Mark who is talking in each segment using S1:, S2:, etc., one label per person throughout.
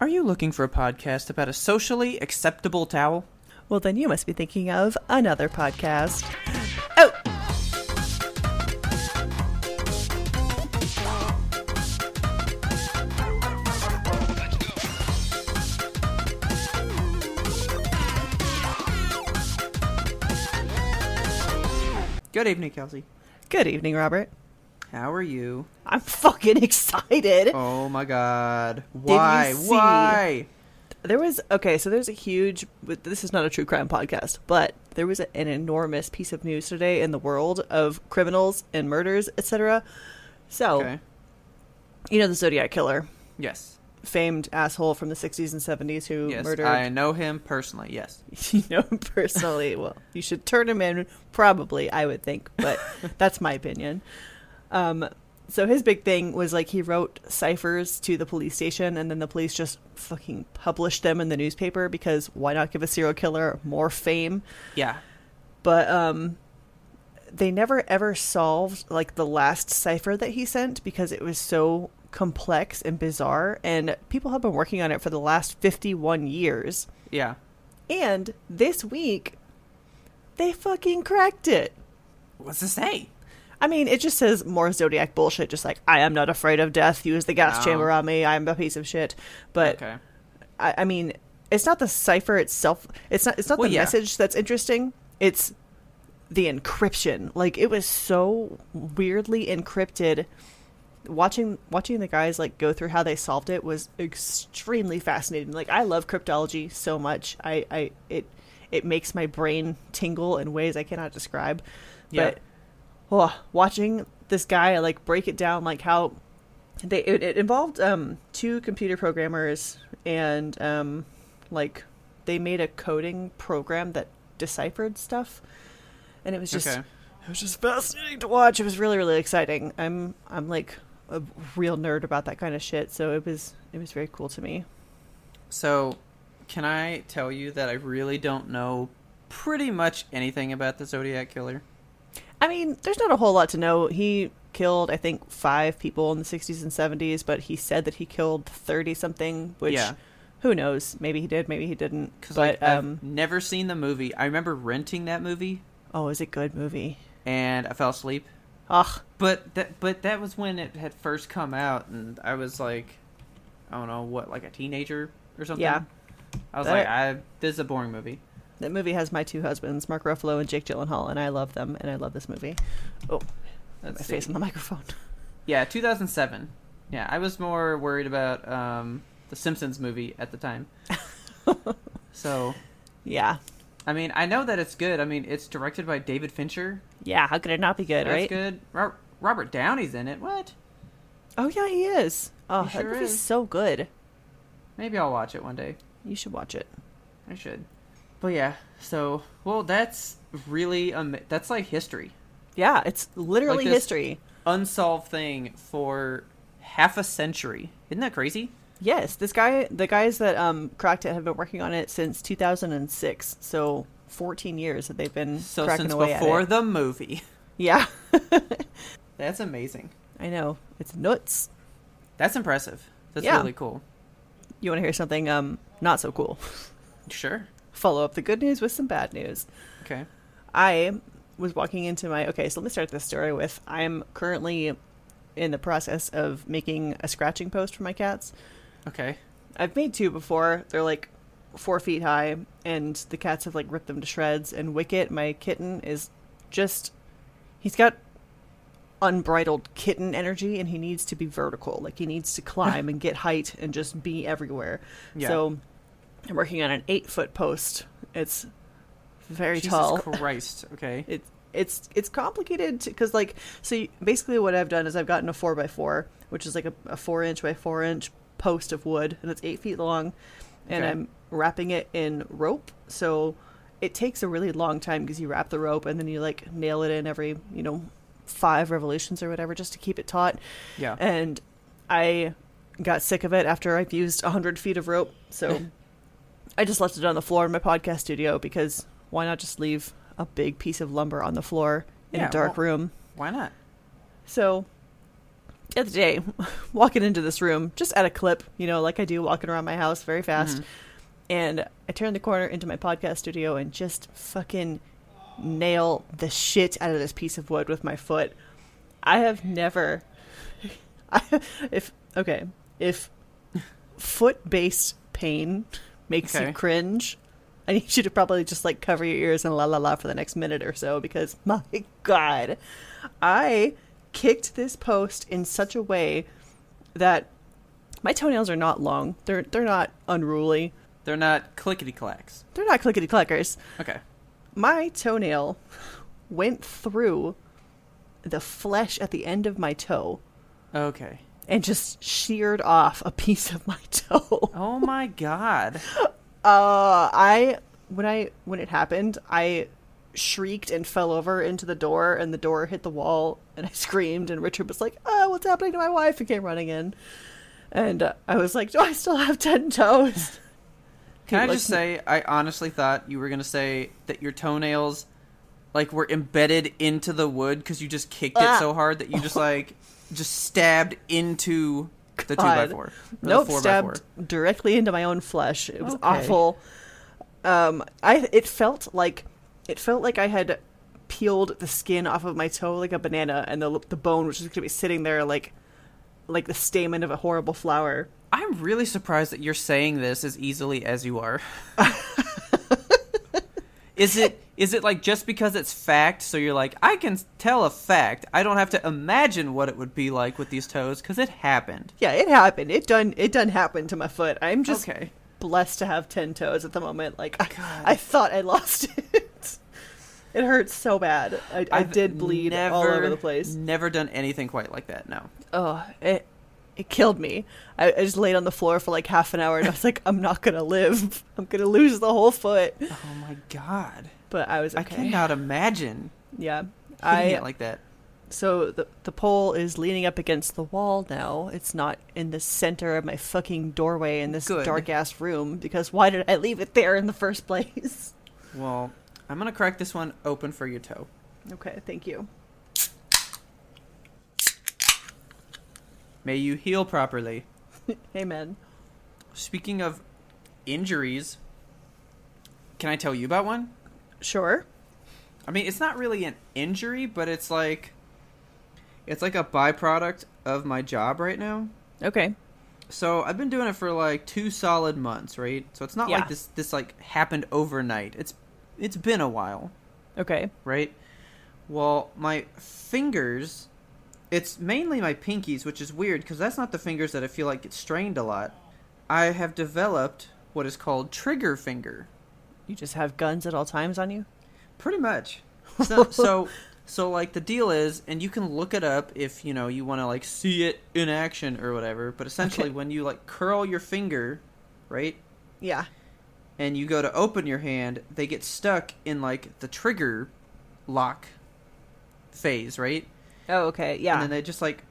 S1: Are you looking for a podcast about a socially acceptable towel?
S2: Well, then you must be thinking of another podcast.
S1: Oh! Good evening, Kelsey.
S2: Good evening, Robert.
S1: How are you?
S2: I'm fucking excited.
S1: Oh my god.
S2: you
S1: Why?
S2: see-
S1: Why?
S2: There was okay, so there's a huge. This is not a true crime podcast, but there was an enormous piece of news today in the world of criminals and murders, etc. So
S1: Okay.
S2: you know the Zodiac killer,
S1: Yes.
S2: famed asshole from the 60s and 70s who
S1: Yes.
S2: murdered.
S1: I know him personally. Yes.
S2: you know him personally well you should turn him in probably i would think but that's my opinion um so his big thing was like he wrote ciphers to the police station and then the police just fucking published them in the newspaper because why not give a serial killer more fame
S1: Yeah.
S2: but um they never ever solved like the last cipher that he sent because it was so complex and bizarre and people have been working on it for the last 51 years
S1: Yeah.
S2: and this week, they fucking cracked it.
S1: What's to say?
S2: I mean, it just says more Zodiac bullshit, just like, I am not afraid of death. Use the gas
S1: Oh.
S2: chamber on me. I'm a piece of shit. But,
S1: okay.
S2: I, I mean, it's not the cipher itself. It's not, it's not
S1: Well,
S2: the
S1: yeah.
S2: message that's interesting. It's the encryption. Like, it was so weirdly encrypted. Watching watching the guys like go through how they solved it was extremely fascinating. Like I love cryptology so much. I, I it it makes my brain tingle in ways I cannot describe.
S1: Yeah.
S2: But oh, watching this guy like break it down like how they it, it involved um two computer programmers and um like they made a coding program that deciphered stuff and it was just
S1: Okay.
S2: it was just fascinating to watch it was really really exciting i'm i'm like a real nerd about that kind of shit so it was it was very cool to me
S1: So, can I tell you that I really don't know pretty much anything about the Zodiac Killer?
S2: I mean, there's not a whole lot to know. He killed, I think, five people in the 60s and 70s, but he said that he killed 30 something, which
S1: Yeah.
S2: who knows? Maybe he did, maybe he didn't.
S1: Because
S2: But
S1: like, I've
S2: um,
S1: never seen the movie. I remember renting that movie
S2: oh, is it good movie?
S1: and I fell asleep.
S2: Ugh,
S1: But that but that was when it had first come out, and I was like, I don't know what, like a teenager or something.
S2: Yeah.
S1: I was
S2: That-
S1: like, I this is a boring movie.
S2: that movie has my two husbands, Mark Ruffalo and Jake Gyllenhaal, and I love them, and I love this movie. Oh,
S1: Let's
S2: my
S1: see.
S2: face on the microphone.
S1: Yeah, 2007. Yeah, I was more worried about um, the Simpsons movie at the time. so,
S2: yeah.
S1: I mean, I know that it's good. I mean, it's directed by David Fincher.
S2: Yeah, how could it not be good,
S1: That's
S2: right?
S1: good. Ro- Robert Downey's in it. What?
S2: Oh, yeah, he is. Oh,
S1: He
S2: that
S1: sure
S2: movie's
S1: is.
S2: so good.
S1: Maybe I'll watch it one day.
S2: You should watch it.
S1: I should. But yeah, so well, that's really um, that's like history,
S2: Yeah, it's literally
S1: this-
S2: history.
S1: unsolved thing for half a century. Isn't that crazy?
S2: Yes, this guy, the guys that um, cracked it have been working on it since 2006. So 14 years that they've been
S1: So
S2: cracking
S1: since
S2: away
S1: before
S2: at it.
S1: the movie,
S2: yeah,
S1: that's amazing.
S2: I know it's nuts.
S1: That's impressive. That's
S2: Yeah.
S1: really cool.
S2: You want to hear something um not so cool?
S1: Sure.
S2: Follow up the good news with some bad news.
S1: Okay.
S2: I was walking into my okay, so let me start this story with I'm currently in the process of making a scratching post for my cats.
S1: Okay.
S2: I've made two before. They're like four feet high, and the cats have like ripped them to shreds. And Wicket, my kitten, is just he's got unbridled kitten energy, and he needs to be vertical. Like he needs to climb and get height and just be everywhere.
S1: Yeah.
S2: So I'm working on an eight foot post. It's very
S1: Jesus
S2: tall.
S1: Christ. Okay.
S2: It's it's it's complicated because like so you, basically what I've done is I've gotten a four by four, which is like a, a four inch by four inch post of wood, and it's eight feet long, and
S1: Okay.
S2: I'm wrapping it in rope. So it takes a really long time because you wrap the rope and then you like nail it in every you know five revolutions or whatever just to keep it taut.
S1: Yeah.
S2: And I got sick of it after I've used hundred feet of rope, so I just left it on the floor in my podcast studio because why not just leave a big piece of lumber on the floor in
S1: Yeah,
S2: a dark
S1: well-
S2: room?
S1: Why not?
S2: So, the other day, walking into this room, just at a clip, you know, like I do walking around my house very
S1: Mm-hmm.
S2: fast. And I turn the corner into my podcast studio and just fucking nail the shit out of this piece of wood with my foot. I have never. I, if. Okay. If foot based pain makes
S1: Okay.
S2: you cringe. I need you to probably just like cover your ears and la la la for the next minute or so because my god, I kicked this post in such a way that my toenails are not long. They're they're not unruly.
S1: They're not clickety clacks.
S2: They're not clickety clackers.
S1: Okay.
S2: My toenail went through the flesh at the end of my toe
S1: Okay.
S2: and just sheared off a piece of my toe.
S1: Oh my god.
S2: Uh, I when I when it happened, I shrieked and fell over into the door, and the door hit the wall, and I screamed. And Richard was like, "Oh, what's happening to my wife?" and came running in, and uh, I was like, "Do I still have ten toes?"
S1: Can
S2: He
S1: I
S2: looked-
S1: just say I honestly thought you were gonna say that your toenails like were embedded into the wood because you just kicked
S2: Ah.
S1: it so hard that you just like just stabbed into the two by
S2: God.
S1: four. or the
S2: Nope,
S1: four by
S2: stabbed
S1: four.
S2: directly into my own flesh. It was
S1: Okay.
S2: awful. Um, I it felt like it felt like I had peeled the skin off of my toe like a banana, and the the bone was just going to be sitting there like like the stamen of a horrible flower.
S1: I'm really surprised that you're saying this as easily as you are. is it is it like just because it's fact so you're like I can tell a fact. I don't have to imagine what it would be like with these toes cuz it happened.
S2: Yeah, it happened. It done. It done happened to my foot. I'm just
S1: Okay.
S2: blessed to have ten toes at the moment. Like I, I thought I lost it. it hurts so bad. I, I
S1: I've
S2: did bleed all over the place.
S1: Never done anything quite like that. No.
S2: Oh, it it killed me. I, I just laid on the floor for like half an hour, and I was like, I'm not gonna live. I'm gonna lose the whole foot.
S1: Oh my god.
S2: But I was
S1: I
S2: okay.
S1: cannot imagine
S2: Yeah.
S1: hitting
S2: I
S1: it like that.
S2: So the the pole is leaning up against the wall now. It's not in the center of my fucking doorway in this
S1: Good.
S2: dark ass room because why did I leave it there in the first place?
S1: Well, I'm gonna crack this one open for your toe.
S2: Okay, thank you.
S1: May you heal properly.
S2: Amen.
S1: Speaking of injuries, can I tell you about one?
S2: Sure.
S1: I mean, it's not really an injury, but it's like it's like a byproduct of my job right now.
S2: Okay.
S1: So I've been doing it for like two solid months, right? So it's not
S2: Yeah.
S1: like this this like happened overnight. It's it's been a while.
S2: Okay.
S1: right? Well, my fingers, it's mainly my pinkies, which is weird because that's not the fingers that I feel like get strained a lot. I have developed what is called trigger finger,
S2: You just have guns at all times on you?
S1: pretty much. So, so, so like the deal is, and you can look it up if you know you want to like see it in action or whatever. But essentially,
S2: Okay.
S1: when you like curl your finger, right,
S2: Yeah.
S1: and you go to open your hand, they get stuck in like the trigger lock phase, right?
S2: Oh, okay. Yeah.
S1: and then they just like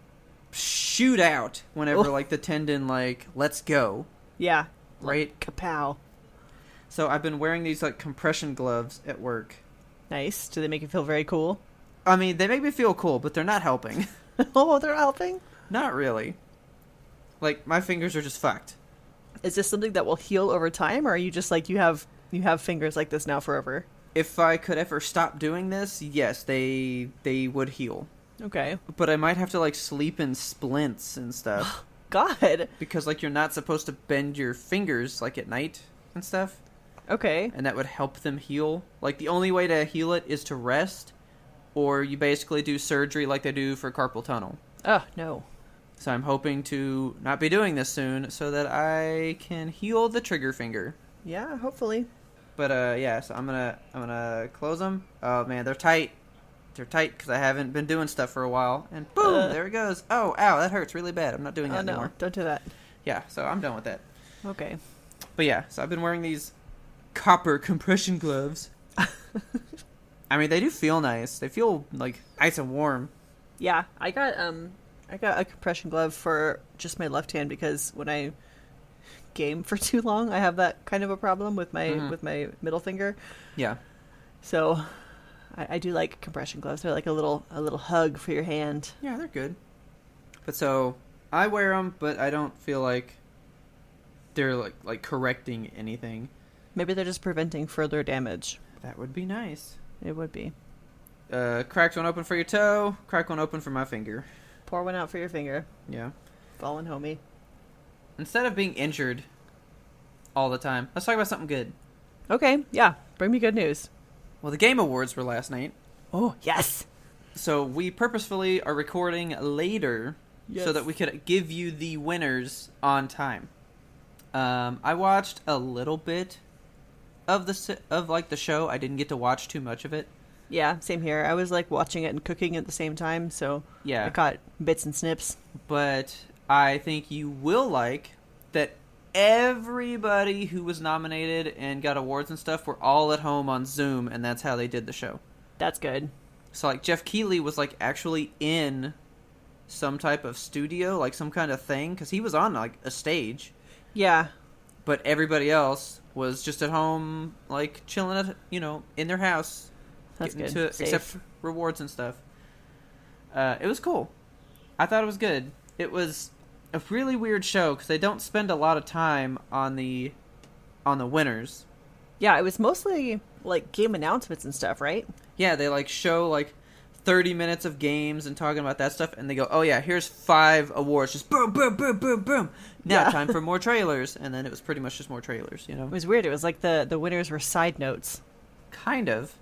S1: shoot out whenever
S2: Oh.
S1: like the tendon like lets go
S2: yeah.
S1: right
S2: Kapow.
S1: so i've been wearing these like compression gloves at work
S2: Nice. Do they make you feel very cool?
S1: i mean they make me feel cool but they're not helping
S2: oh, they're helping?
S1: not really like my fingers are just fucked
S2: Is this something that will heal over time or are you just like you have you have fingers like this now forever?
S1: if i could ever stop doing this yes they they would heal
S2: Okay.
S1: but i might have to like sleep in splints and stuff
S2: God.
S1: because like you're not supposed to bend your fingers like at night and stuff
S2: Okay.
S1: and that would help them heal. Like the only way to heal it is to rest, or you basically do surgery like they do for carpal tunnel.
S2: Oh, no.
S1: So I'm hoping to not be doing this soon, so that I can heal the trigger finger.
S2: Yeah, hopefully.
S1: But uh, yeah, so I'm gonna I'm gonna close them. Oh man, they're tight. They're tight because I haven't been doing stuff for a while, and boom,
S2: Uh.
S1: there it goes. Oh, ow, that hurts really bad. I'm not doing that
S2: oh no,
S1: anymore.
S2: don't do that.
S1: Yeah, so I'm done with that.
S2: Okay.
S1: But yeah, so I've been wearing these copper compression gloves. I mean, they do feel nice. They feel like nice and warm.
S2: Yeah, I got um I got a compression glove for just my left hand because when I game for too long, I have that kind of a problem with my
S1: Mhm.
S2: with my middle finger.
S1: Yeah.
S2: So I, I do like compression gloves. They're like a little a little hug for your hand.
S1: Yeah, they're good. But so I wear them, but I don't feel like they're like like correcting anything.
S2: Maybe they're just preventing further damage.
S1: That would be nice.
S2: It would be.
S1: Uh, cracked one open for your toe. Crack one open for my finger.
S2: Pour one out for your finger.
S1: Yeah.
S2: Fallen homie.
S1: Instead of being injured all the time, let's talk about something good.
S2: Okay, yeah. Bring me good news.
S1: Well, the game awards were last night.
S2: Oh yes.
S1: So we purposefully are recording later so
S2: Yes.
S1: that we could give you the winners on time. Um, I watched a little bit of the s- of like the show. I didn't get to watch too much of it.
S2: Yeah, same here. I was like watching it and cooking at the same time, so
S1: Yeah.
S2: I caught bits and snips.
S1: but I think you will like that everybody who was nominated and got awards and stuff were all at home on Zoom, and that's how they did the show.
S2: That's good.
S1: So like Jeff Keeley was like actually in some type of studio, like some kind of thing, because he was on like a stage,
S2: Yeah.
S1: but everybody else was just at home, like chilling at you know in their house,
S2: That's
S1: getting
S2: good.
S1: to it, except
S2: Safe.
S1: for rewards and stuff. Uh, it was cool. I thought it was good. It was a really weird show because they don't spend a lot of time on the on the winners.
S2: Yeah, it was mostly like game announcements and stuff, right?
S1: Yeah, they like show like thirty minutes of games and talking about that stuff, and they go, "Oh yeah, here's five awards, just boom, boom, boom, boom, boom." Now
S2: Yeah.
S1: time for more trailers, and then it was pretty much just more trailers, you know.
S2: It was weird. It was like the the winners were side notes.
S1: kind of.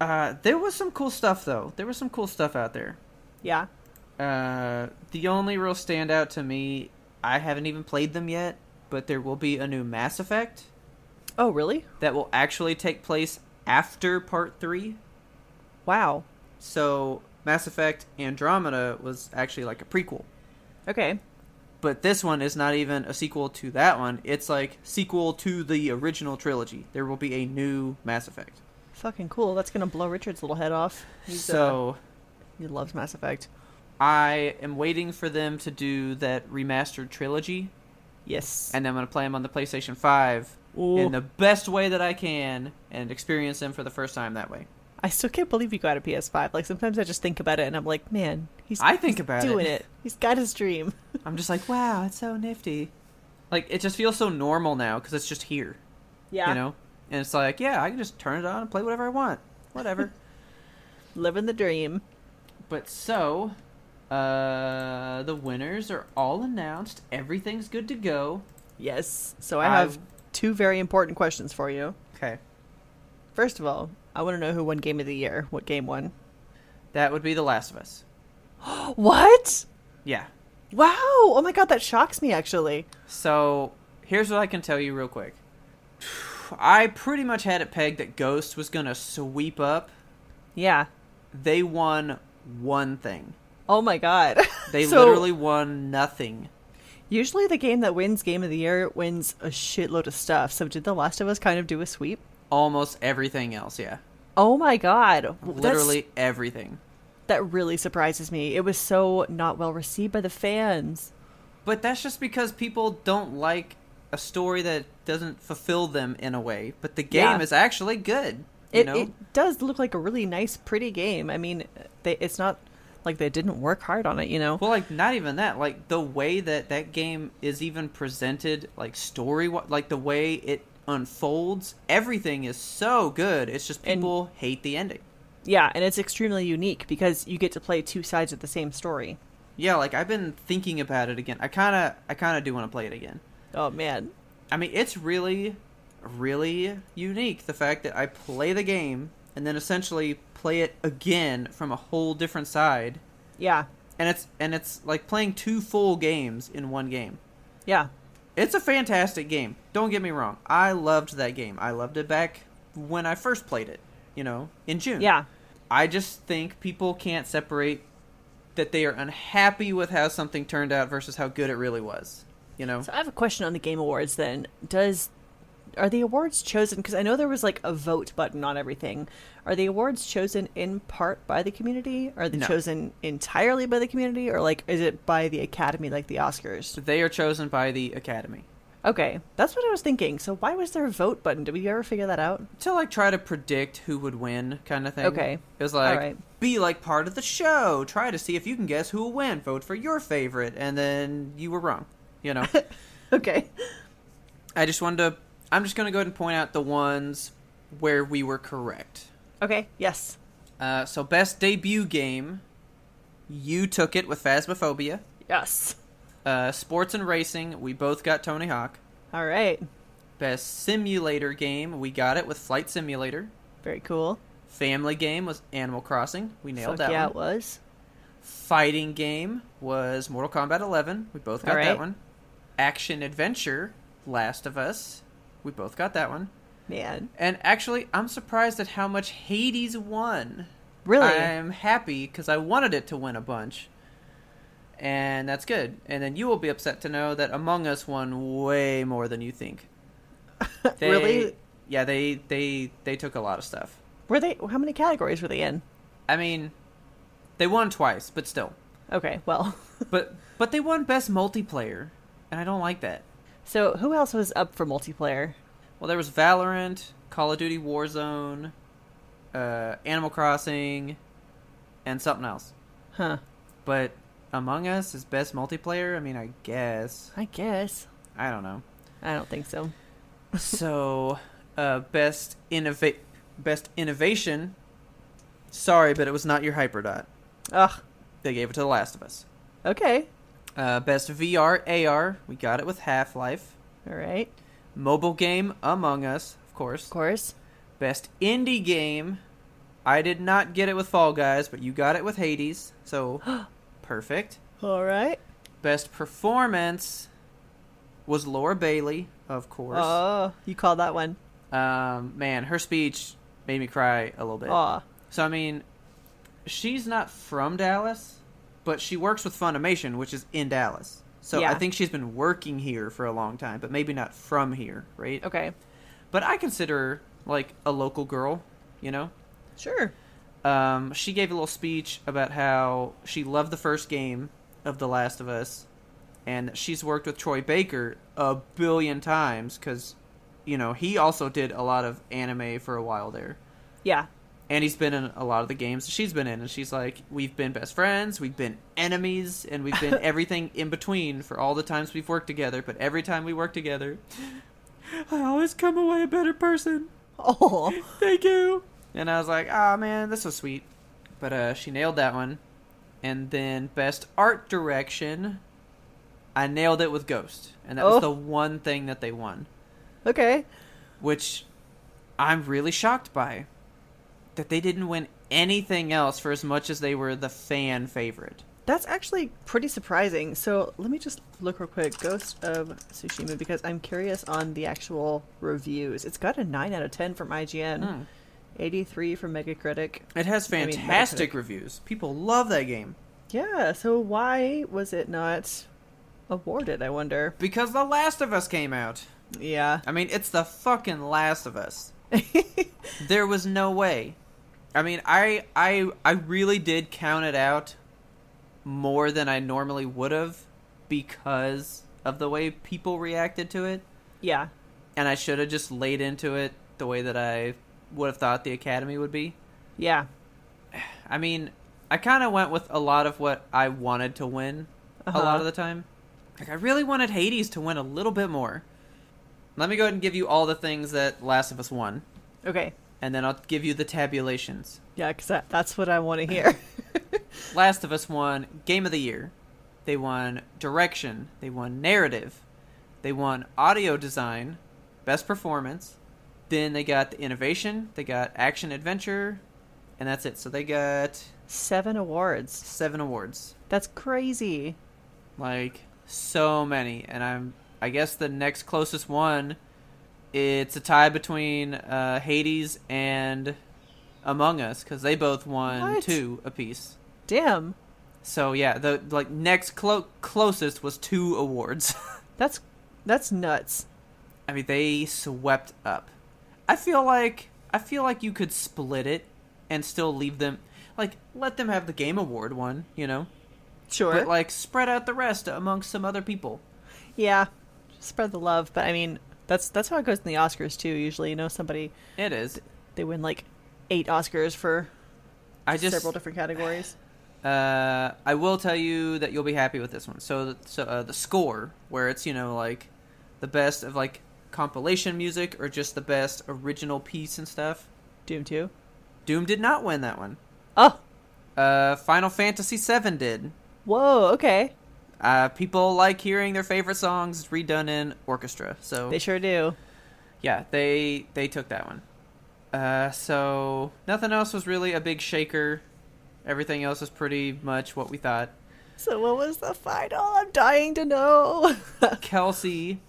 S1: Uh, there was some cool stuff though. There was some cool stuff out there.
S2: Yeah.
S1: Uh, the only real standout to me, I haven't even played them yet, but there will be a new Mass Effect
S2: Oh, really?
S1: that will actually take place after Part Three.
S2: Wow.
S1: So Mass Effect Andromeda was actually like a prequel,
S2: Okay.
S1: but this one is not even a sequel to that one. It's like sequel to the original trilogy. There will be a new Mass Effect.
S2: Fucking cool. That's gonna blow Richard's little head off. He's, uh,
S1: so
S2: he loves Mass Effect.
S1: I am waiting for them to do that remastered trilogy
S2: Yes.
S1: and I'm gonna play them on the PlayStation Five
S2: Ooh.
S1: in the best way that I can and experience them for the first time that way.
S2: I still can't believe you got a PS5. Like sometimes I just think about it and I'm like, man, he's
S1: I think about
S2: doing
S1: it.
S2: it. He's got his dream.
S1: I'm just like, wow, it's so nifty. Like it just feels so normal now because it's just here,
S2: Yeah.
S1: you know. And it's like, yeah, I can just turn it on and play whatever I want, whatever.
S2: Living the dream.
S1: but so, uh, the winners are all announced. Everything's good to go.
S2: Yes. So I
S1: I-
S2: have two very important questions for you.
S1: Okay,
S2: First of all, I want to know who won Game of the Year. What game won?
S1: that would be The Last of Us.
S2: What?
S1: Yeah.
S2: Wow. Oh my god, that shocks me actually.
S1: So here's what I can tell you real quick. I pretty much had it pegged that Ghost was gonna sweep up.
S2: Yeah.
S1: They won one thing.
S2: Oh my god.
S1: They
S2: So,
S1: literally won nothing.
S2: Usually the game that wins Game of the Year wins a shitload of stuff. So did The Last of Us kind of do a sweep?
S1: Almost everything else, yeah.
S2: Oh my god. That's-
S1: Literally everything.
S2: that really surprises me. It was so not well received by the fans.
S1: But that's just because people don't like a story that doesn't fulfill them in a way. But the game
S2: Yeah.
S1: is actually good. You
S2: It,
S1: know?
S2: it does look like a really nice, pretty game. I mean, they, it's not like they didn't work hard on it, you know?
S1: Well, like not even that. Like the way that that game is even presented, like story, like the way it unfolds, everything is so good. It's just
S2: And-
S1: people hate the ending.
S2: Yeah, and it's extremely unique because you get to play two sides of the same story.
S1: Yeah, like I've been thinking about it again. I kind of, I kind of do want to play it again.
S2: Oh man.
S1: I mean, it's really, really unique. The fact that I play the game and then essentially play it again from a whole different side,
S2: Yeah.
S1: and it's and it's like playing two full games in one game.
S2: Yeah.
S1: It's a fantastic game. Don't get me wrong. I loved that game. I loved it back when I first played it, you know, in June.
S2: Yeah.
S1: I just think people can't separate that they are unhappy with how something turned out versus how good it really was. you know.
S2: So I have a question on the Game Awards. Then does are the awards chosen? Because I know there was like a vote button on everything. Are the awards chosen in part by the community? Are they
S1: No.
S2: chosen entirely by the community, or like is it by the Academy, like the Oscars?
S1: they are chosen by the Academy
S2: Okay, that's what I was thinking. So why was there a vote button? Did we ever figure that out?
S1: to like try to predict who would win, kind of thing.
S2: Okay.
S1: it was like
S2: Alright.
S1: be like part of the show. Try to see if you can guess who will win. Vote for your favorite, and then you were wrong. You know.
S2: Okay.
S1: I just wanted to. I'm just going to go ahead and point out the ones where we were correct.
S2: Okay. Yes.
S1: Uh, so, best debut game, you took it with Phasmophobia.
S2: Yes.
S1: Uh, sports and racing, we both got Tony Hawk.
S2: All right.
S1: Best simulator game, we got it with Flight Simulator.
S2: Very cool.
S1: Family game was Animal Crossing. We nailed
S2: Fuck
S1: that
S2: yeah,
S1: one.
S2: it was.
S1: Fighting game was Mortal Kombat 11. We both got
S2: All
S1: that
S2: right.
S1: one. Action adventure, Last of Us. We both got that one.
S2: Man,
S1: And actually, I'm surprised at how much Hades won.
S2: really?
S1: I'm happy because I wanted it to win a bunch. And that's good. And then you will be upset to know that Among Us won way more than you think. They-
S2: Really?
S1: Yeah, they they they took a lot of stuff.
S2: Were they? How many categories were they in?
S1: I mean, they won twice, but still.
S2: Okay. Well,
S1: But but they won best multiplayer, and I don't like that.
S2: so who else was up for multiplayer?
S1: Well, there was Valorant, Call of Duty Warzone, uh, Animal Crossing, and something else.
S2: Huh.
S1: But Among Us is best multiplayer. I mean, I guess
S2: I guess.
S1: I don't know.
S2: I don't think so.
S1: so, uh, best innova- best innovation. Sorry, but it was not your Hyperdot.
S2: Ugh.
S1: They gave it to The Last of Us.
S2: Okay.
S1: Uh, best VR AR. We got it with Half Life.
S2: All right.
S1: Mobile game Among Us, of course.
S2: Of course.
S1: Best indie game. I did not get it with Fall Guys, but you got it with Hades. So perfect.
S2: All right.
S1: Best performance was Laura Bailey, of course.
S2: Oh, you called that one.
S1: um, man, her speech made me cry a little bit.
S2: Aw.
S1: So I mean, she's not from Dallas, but she works with Funimation, which is in Dallas. So
S2: Yeah.
S1: I think she's been working here for a long time, but maybe not from here, right?
S2: Okay.
S1: But I consider her like a local girl, you know?
S2: Sure.
S1: um, she gave a little speech about how she loved the first game of The Last of Us, and she's worked with Troy Baker a billion times because, you know, he also did a lot of anime for a while there,
S2: Yeah.
S1: and he's been in a lot of the games that she's been in. And she's like, we've been best friends, we've been enemies, and we've been everything in between for all the times we've worked together. But every time we work together, I always come away a better person.
S2: Oh.
S1: Thank you. And I was like, ah, man, this was sweet. But uh, she nailed that one. And then best art direction, I nailed it with Ghost, and that
S2: Oh.
S1: was the one thing that they won,
S2: Okay.
S1: which I'm really shocked by, that they didn't win anything else for as much as they were the fan favorite.
S2: That's actually pretty surprising. So let me just look real quick. Ghost of Tsushima because I'm curious on the actual reviews. It's got a nine out of ten from IGN,
S1: Hmm.
S2: eighty-three from Megacritic.
S1: It has
S2: I mean,
S1: fantastic
S2: Metacritic.
S1: reviews. People love that game
S2: Yeah. So why was it not awarded? I wonder.
S1: because The Last of Us came out.
S2: Yeah.
S1: I mean, it's the fucking Last of Us. there was no way. I mean, I I I really did count it out more than I normally would have because of the way people reacted to it,
S2: yeah.
S1: and I should have just laid into it the way that I would have thought the academy would be.
S2: Yeah.
S1: I mean, I kind of went with a lot of what I wanted to win a lot
S2: Uh-huh.
S1: of the time. Like I really wanted Hades to win a little bit more. Let me go ahead and give you all the things that Last of Us won,
S2: Okay.
S1: and then I'll give you the tabulations.
S2: Yeah, because that, that's what I want to hear.
S1: Last of Us won Game of the Year. They won Direction. They won Narrative. They won Audio Design, Best Performance. Then they got the Innovation. They got Action Adventure. And that's it. So they got
S2: Seven awards.
S1: seven awards.
S2: That's crazy.
S1: Like, so many. And I'm, I guess the next closest one, it's a tie between uh, Hades and Among Us, because they both won
S2: What?
S1: two apiece.
S2: Damn.
S1: So yeah, the like next clo- closest was two awards.
S2: That's that's nuts.
S1: I mean, they swept up. I feel like I feel like you could split it and still leave them like let them have the game award one, you know,
S2: Sure.
S1: but like spread out the rest amongst some other people.
S2: yeah. Spread the love, but I mean, that's that's how it goes in the Oscars too. Usually, you know, somebody
S1: It is.
S2: they win like eight Oscars for
S1: I just
S2: several different categories.
S1: Uh, I will tell you that you'll be happy with this one. So, so uh, the score, where it's you know like the best of like compilation music or just the best original piece and stuff.
S2: Doom two.
S1: Doom did not win that one.
S2: Oh,
S1: Uh, Final Fantasy VII did.
S2: whoa. Okay,
S1: Uh, people like hearing their favorite songs redone in orchestra. So
S2: they sure do.
S1: yeah, they they took that one. Uh, so nothing else was really a big shaker. Everything else was pretty much what we thought.
S2: So what was the final? I'm dying to know.
S1: Kelsey,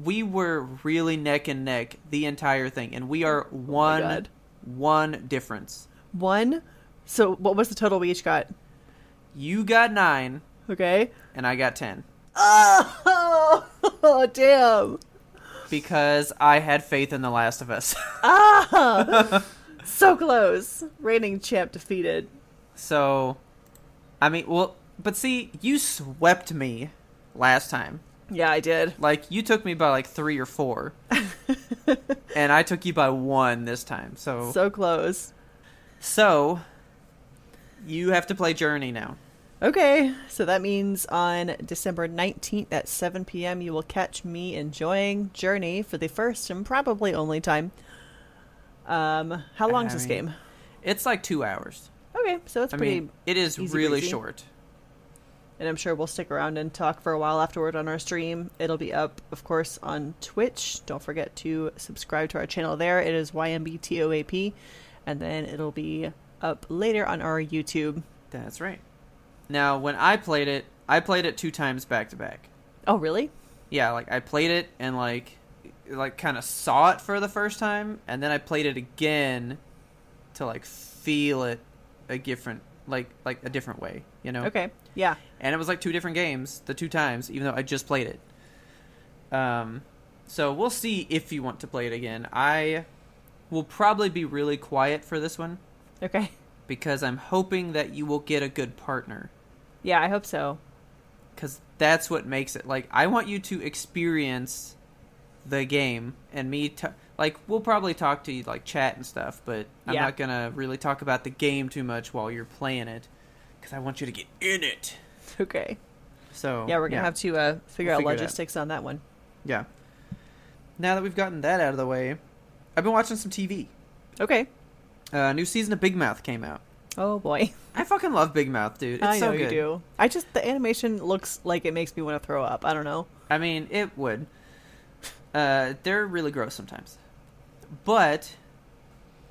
S1: we were really neck and neck the entire thing, and we are one
S2: Oh God.
S1: one difference.
S2: One. So what was the total we each got?
S1: You got nine,
S2: Okay.
S1: and I got ten
S2: Oh, damn.
S1: because I had faith in The Last of Us.
S2: Ah, so close. Reigning champ defeated.
S1: so, I mean, well, but see, you swept me last time.
S2: Yeah, I did.
S1: Like you took me by like three or four, and I took you by one this time. So, so,
S2: So close.
S1: so you have to play Journey now.
S2: Okay, so that means on December 19th at 7 p.m., you will catch me enjoying Journey for the first and probably only time. Um, how long's
S1: I
S2: this
S1: mean-
S2: game?
S1: It's like two hours.
S2: Okay, so it's
S1: I
S2: pretty,
S1: mean, it is
S2: easy
S1: really
S2: breezy.
S1: short.
S2: and I'm sure we'll stick around and talk for a while afterward on our stream. It'll be up, of course, on Twitch. Don't forget to subscribe to our channel there. It is YMBTOAP, and then it'll be up later on our YouTube.
S1: That's right. Now, when I played it, I played it two times back to back.
S2: Oh, really?
S1: Yeah, like I played it and like like kind of saw it for the first time and then I played it again to like feel it a different like like a different way, you know?
S2: Okay, yeah.
S1: And it was like two different games the two times even though I just played it. Um so we'll see if you want to play it again. I will probably be really quiet for this one
S2: Okay.
S1: because I'm hoping that you will get a good partner.
S2: Yeah, I hope so.
S1: because that's what makes it like i want you to experience the game and me t- like we'll probably talk to you like chat and stuff but i'm
S2: Yeah.
S1: not gonna really talk about the game too much while you're playing it because i want you to get in it
S2: Okay.
S1: so
S2: Yeah, we're going to have to uh,
S1: Oh, We'll figure it
S2: figure out
S1: out.
S2: logistics on that one.
S1: yeah now that we've gotten that out of the way i've been watching some tv
S2: Okay.
S1: uh new season of big mouth came out
S2: Oh, boy.
S1: i fucking love big mouth dude it's
S2: I
S1: so
S2: know you
S1: good.
S2: do. I just, the animation looks like it makes me want to throw up. I don't know.
S1: I mean, it would. Uh, they're really gross sometimes, but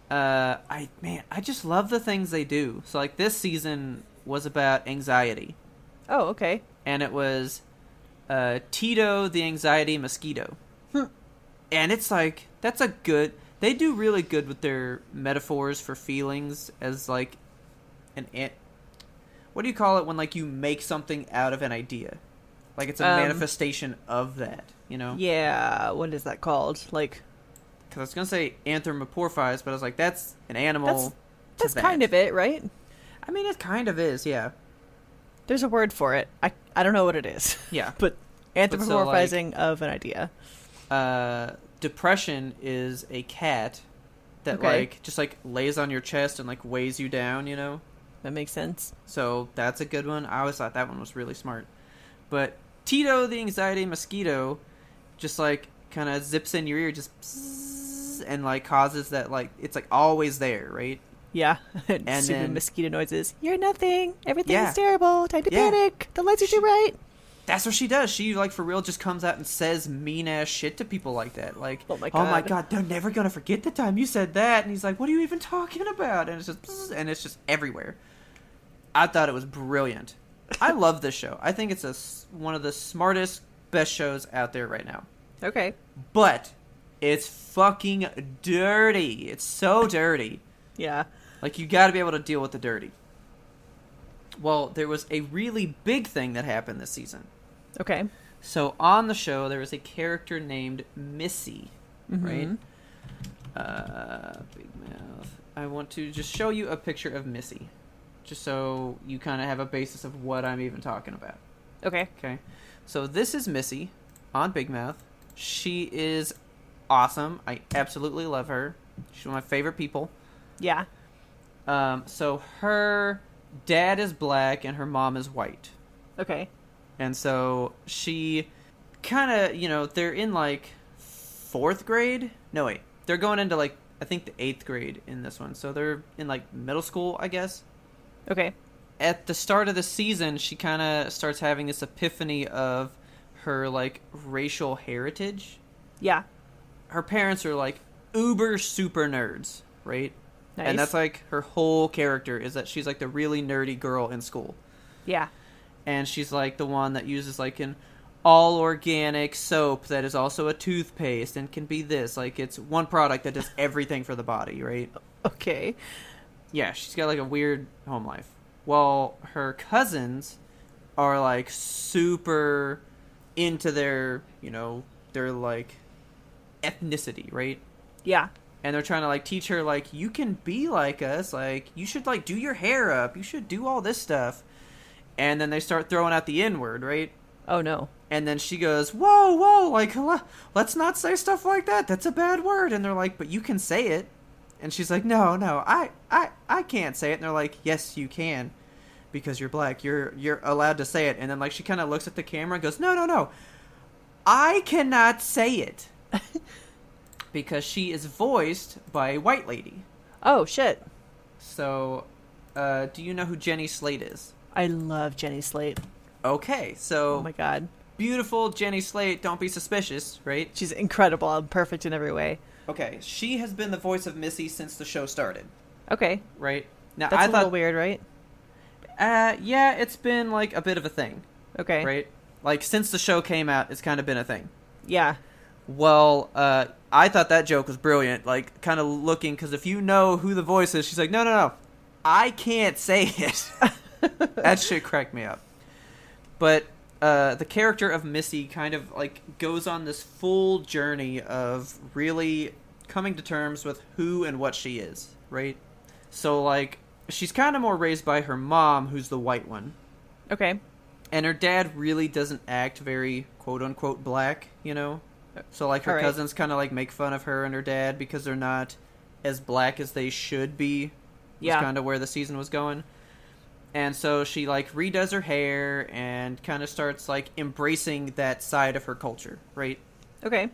S1: uh, I man, I just love the things they do. So like this season was about anxiety,
S2: Oh, okay.
S1: and it was uh, Tito the anxiety mosquito, and it's like that's a good. They do really good with their metaphors for feelings as like an an- What do you call it when like you make something out of an idea? Like it's a
S2: Um,
S1: manifestation of that, you know?
S2: Yeah, what is that called? Like,
S1: Because I was gonna say anthropomorphize, but I was like, that's an animal.
S2: That's-
S1: to
S2: that's
S1: that.
S2: kind of it, right?
S1: I mean, it kind of is, yeah.
S2: There's a word for it. I, I don't know what it is.
S1: Yeah.
S2: but
S1: But so, like-
S2: anthropomorphizing of an idea.
S1: uh, depression is a cat that
S2: Okay.
S1: like just like lays on your chest and like weighs you down you know
S2: That makes sense.
S1: so that's a good one i always thought that one was really smart but tito the anxiety mosquito just like kind of zips in your ear just psss, and like causes that like it's like always there right
S2: Yeah. And
S1: And
S2: Stupid
S1: then-
S2: mosquito noises. You're nothing. Everything
S1: Yeah.
S2: is terrible. Time to
S1: Yeah.
S2: panic. The lights are too bright.
S1: that's what she does she like for real just comes out and says mean ass shit to people like that like
S2: Oh my
S1: oh my
S2: God.
S1: god they're never gonna forget the time you said that and he's like what are you even talking about and it's just psst, and it's just everywhere i thought it was brilliant i love this show i think it's a s one of the smartest best shows out there right now
S2: Okay.
S1: but it's fucking dirty it's so dirty
S2: Yeah.
S1: like you got to be able to deal with the dirty well there was a really big thing that happened this season
S2: Okay.
S1: So on the show, there was a character named Missy, right? Uh, big mouth. I want to just show you a picture of Missy, just so you kind of have a basis of what I'm even talking about.
S2: Okay.
S1: Okay. So this is Missy on Big Mouth. She is awesome. I absolutely love her. She's one of my favorite people.
S2: Yeah.
S1: Um, so her dad is black and her mom is white.
S2: Okay.
S1: And so she kind of, you know, they're in like fourth grade. No, wait. They're going into like, I think the eighth grade in this one. So they're in like middle school, I guess.
S2: Okay.
S1: At the start of the season, she kind of starts having this epiphany of her like racial heritage.
S2: Yeah.
S1: Her parents are like uber super nerds, right?
S2: Nice.
S1: And that's like her whole character is that she's like the really nerdy girl in school
S2: Yeah.
S1: and she's like the one that uses like an all organic soap that is also a toothpaste and can be this like it's one product that does everything for the body right
S2: Okay.
S1: yeah she's got like a weird home life well her cousins are like super into their you know their like ethnicity right
S2: Yeah.
S1: and they're trying to like teach her like you can be like us like you should like do your hair up you should do all this stuff and then they start throwing out the n word right
S2: Oh no.
S1: and then she goes, "Whoa, whoa! Like, le- let's not say stuff like that. That's a bad word." And they're like, "But you can say it." And she's like, "No, no, I, I, I can't say it." And they're like, "Yes, you can, because you're black. You're, you're allowed to say it." And then like she kind of looks at the camera and goes, "No, no, no, I cannot say it," because she is voiced by a white lady.
S2: Oh shit.
S1: So, uh, do you know who Jenny Slate is?
S2: I love Jenny Slate.
S1: Okay, so
S2: Oh my god.
S1: beautiful Jenny Slate. Don't be suspicious, right?
S2: She's incredible and perfect in every way.
S1: Okay, she has been the voice of Missy since the show started,
S2: Okay.
S1: right? Now
S2: That's
S1: I
S2: a
S1: thought,
S2: little weird, right?
S1: uh, yeah, it's been like a bit of a thing,
S2: Okay.
S1: right? Like since the show came out, it's kind of been a thing.
S2: Yeah.
S1: Well, uh, I thought that joke was brilliant, like kind of looking because if you know who the voice is, she's like, no, no, no, I can't say it. that shit cracked me up. But uh, the character of Missy kind of like goes on this full journey of really coming to terms with who and what she is, right? So like she's kind of more raised by her mom, who's the white one,
S2: Okay.
S1: and her dad really doesn't act very quote unquote black, you know. So like her
S2: Alright.
S1: cousins kind of like make fun of her and her dad because they're not as black as they should be.
S2: Yeah.
S1: kind of where the season was going. And so she like redoes her hair and kind of starts like embracing that side of her culture, right?
S2: Okay.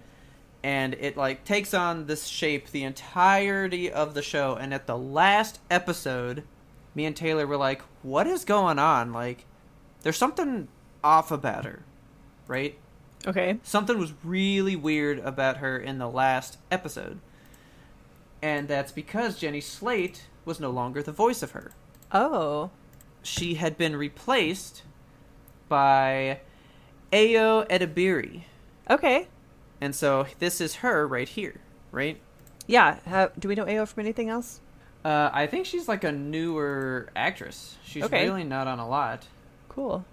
S1: And it like takes on this shape the entirety of the show. And at the last episode, me and Taylor were like, "What is going on? Like, there's something off about her, right?
S2: Okay.
S1: Something was really weird about her in the last episode." And that's because Jenny Slate was no longer the voice of her.
S2: Oh.
S1: she had been replaced by Ayo Edebiri.
S2: Okay.
S1: And so this is her right here, right?
S2: Yeah. How, do we know AO from anything else?
S1: Uh, I think she's like a newer actress. She's
S2: Okay.
S1: really not on a lot.
S2: Cool.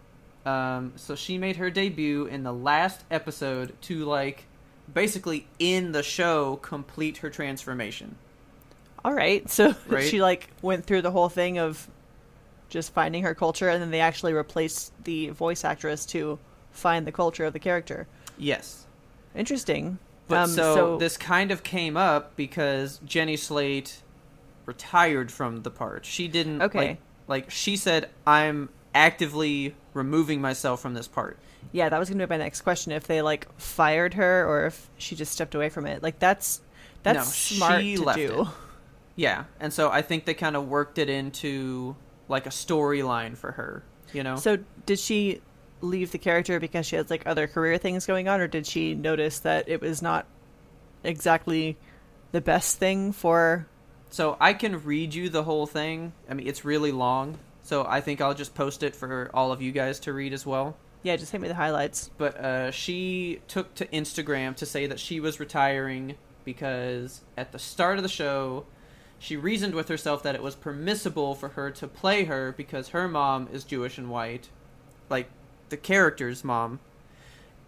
S1: Um, so she made her debut in the last episode to like basically in the show complete her transformation.
S2: All right. So
S1: Right.
S2: she like went through the whole thing of just finding her culture, and then they actually replaced the voice actress to find the culture of the character.
S1: Yes.
S2: Interesting.
S1: But
S2: Um,
S1: so, this kind of came up because Jenny Slate retired from the part. She didn't
S2: Okay.
S1: like, like she said I'm actively removing myself from this part.
S2: yeah, that was gonna be my next question. If they like fired her, or if she just stepped away from it, like that's that's
S1: No,
S2: smart
S1: she
S2: to
S1: left
S2: do.
S1: it. Yeah. And so I think they kind of worked it into like a storyline for her, you know?
S2: So did she leave the character because she has like other career things going on, or did she notice that it was not exactly the best thing for?
S1: so I can read you the whole thing. I mean, it's really long. So I think I'll just post it for all of you guys to read as well.
S2: Yeah, just hit me the highlights.
S1: but uh, she took to Instagram to say that she was retiring because at the start of the show, she reasoned with herself that it was permissible for her to play her because her mom is Jewish and white, like the character's mom,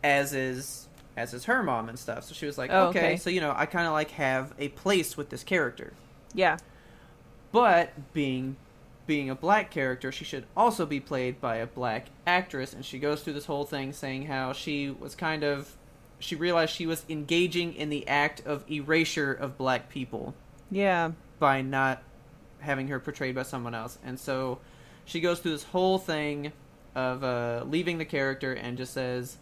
S1: as is as is her mom and stuff. So she was like,
S2: Oh,
S1: okay,
S2: okay.
S1: so you know, I kind of like have a place with this character.
S2: Yeah.
S1: But being being a black character, she should also be played by a black actress and she goes through this whole thing saying how she was kind of she realized she was engaging in the act of erasure of black people
S2: Yeah.
S1: by not having her portrayed by someone else. And so she goes through this whole thing of uh, leaving the character and just says,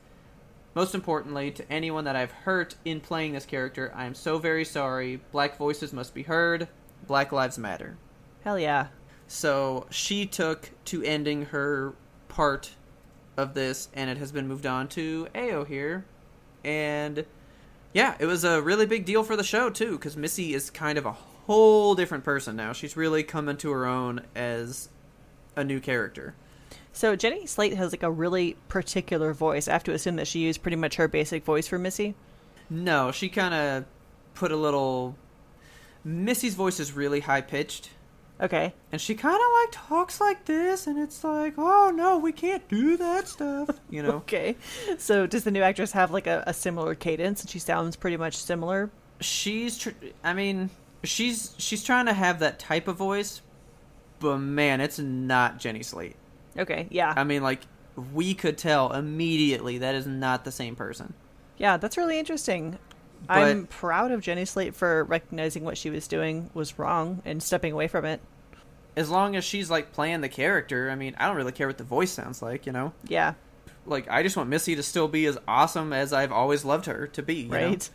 S1: most importantly, to anyone that I've hurt in playing this character, I am so very sorry. Black voices must be heard. Black lives matter.
S2: Hell yeah.
S1: So she took to ending her part of this, and it has been moved on to Ao here. And yeah, it was a really big deal for the show, too, because Missy is kind of a whole different person now. She's really come into her own as a new character.
S2: So Jenny Slate has like a really particular voice. I have to assume that she used pretty much her basic voice for Missy.
S1: No, she kind of put a little. Missy's voice is really high pitched.
S2: Okay.
S1: And she kind of like talks like this, and it's like, oh no, we can't do that stuff, you know.
S2: Okay. So does the new actress have like a, a similar cadence? And she sounds pretty much similar.
S1: she's tr- i mean she's she's trying to have that type of voice but man it's not jenny slate
S2: Okay. Yeah.
S1: i mean like we could tell immediately that is not the same person
S2: yeah. That's really interesting. I'm proud of Jenny Slate for recognizing what she was doing was wrong and stepping away from it.
S1: as long as she's like playing the character i mean i don't really care what the voice sounds like you know
S2: Yeah.
S1: like i just want missy to still be as awesome as i've always loved her to be you know?
S2: Right.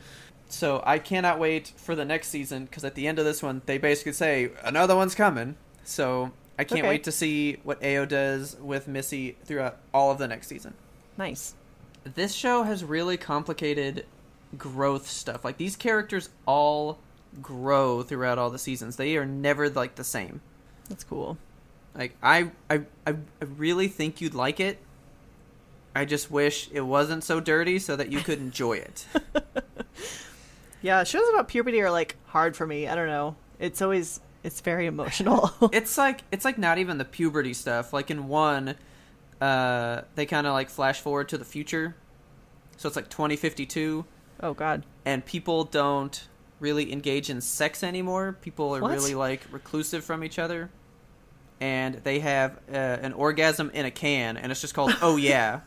S1: so i cannot wait for the next season because at the end of this one they basically say another one's coming so i can't
S2: Okay.
S1: wait to see what ao does with missy throughout all of the next season
S2: Nice.
S1: this show has really complicated growth stuff. Like these characters all grow throughout all the seasons. They are never like the same.
S2: That's cool.
S1: Like I I I I really think you'd like it. I just wish it wasn't so dirty so that you could enjoy it.
S2: Yeah, shows about puberty are like hard for me. I don't know. It's always it's very emotional.
S1: it's like it's like not even the puberty stuff. Like in one, uh, they kind of like flash forward to the future, so it's like twenty fifty two.
S2: oh god.
S1: and people don't really engage in sex anymore. People are
S2: What?
S1: really like reclusive from each other, and they have uh, an orgasm in a can, and it's just called "Oh yeah."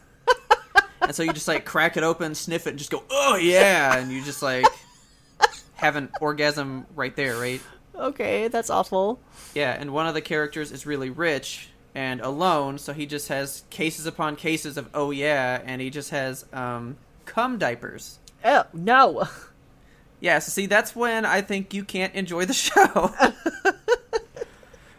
S1: and so you just like crack it open, sniff it, and just go "Oh yeah," and you just like have an orgasm right there, right?
S2: Okay, that's awful.
S1: Yeah, and one of the characters is really rich and alone, so he just has cases upon cases of "Oh yeah," and he just has um, cum diapers.
S2: Oh, no.
S1: Yeah, so see, that's when I think you can't enjoy the show.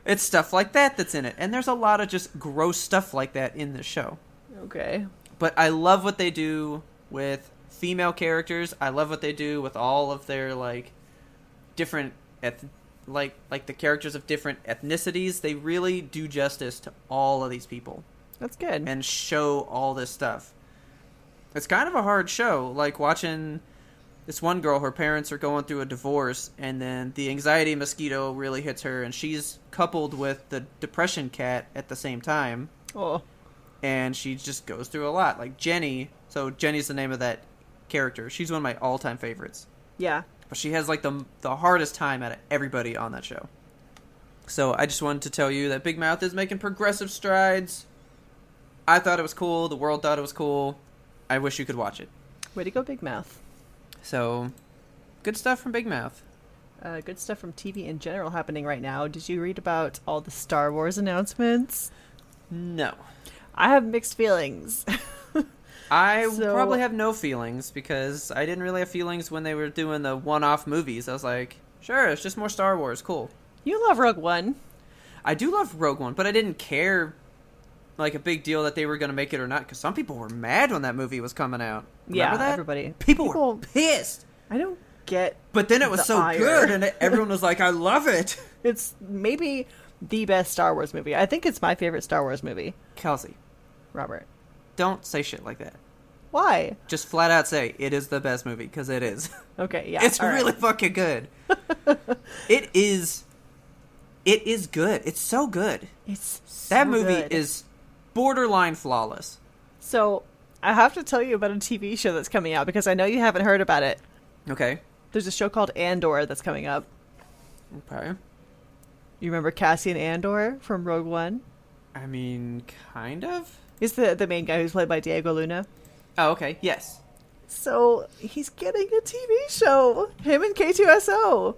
S1: it's stuff like that that's in it. And there's a lot of just gross stuff like that in the show.
S2: Okay.
S1: But I love what they do with female characters. I love what they do with all of their, like, different, eth- like, like the characters of different ethnicities. They really do justice to all of these people
S2: That's good.
S1: and show all this stuff. It's kind of a hard show. Like watching this one girl, her parents are going through a divorce, and then the anxiety mosquito really hits her, and she's coupled with the depression cat at the same time,
S2: oh.
S1: and she just goes through a lot. Like Jenny, so Jenny's the name of that character. She's one of my all time favorites
S2: Yeah.
S1: but she has like the the hardest time out of everybody on that show. So I just wanted to tell you that Big Mouth is making progressive strides. I thought it was cool. The world thought it was cool. I wish you could watch it.
S2: Way to go, Big Mouth.
S1: So, good stuff from Big Mouth.
S2: Uh, good stuff from TV in general happening right now. Did you read about all the Star Wars announcements?
S1: No,
S2: I have mixed feelings.
S1: I
S2: So-
S1: probably have no feelings because I didn't really have feelings when they were doing the one-off movies. I was like, sure, it's just more Star Wars. Cool.
S2: you love Rogue One.
S1: I do love Rogue One, but I didn't care like a big deal that they were going to make it or not because some people were mad when that movie was coming out. Remember
S2: yeah,
S1: that?
S2: everybody.
S1: People, were pissed,
S2: I don't get
S1: but then it was
S2: The
S1: so
S2: ire.
S1: good, and everyone was like, "I love it."
S2: it's maybe the best Star Wars movie. I think it's my favorite Star Wars movie,
S1: Kelsey,
S2: Robert.
S1: don't say shit like that.
S2: Why?
S1: Just flat out say it is the best movie because it is.
S2: Okay, yeah.
S1: it's
S2: all right.
S1: really fucking good. it is. It is good. It's so good.
S2: It's
S1: that
S2: so
S1: movie
S2: good.
S1: is borderline flawless.
S2: so. I have to tell you about a TV show that's coming out because I know you haven't heard about it.
S1: Okay.
S2: There's a show called Andor that's coming up.
S1: Okay.
S2: You remember Cassian Andor from Rogue One?
S1: I mean, kind of.
S2: He's the the main guy who's played by Diego Luna.
S1: Oh, okay. Yes.
S2: So he's getting a TV show. Him and K2SO.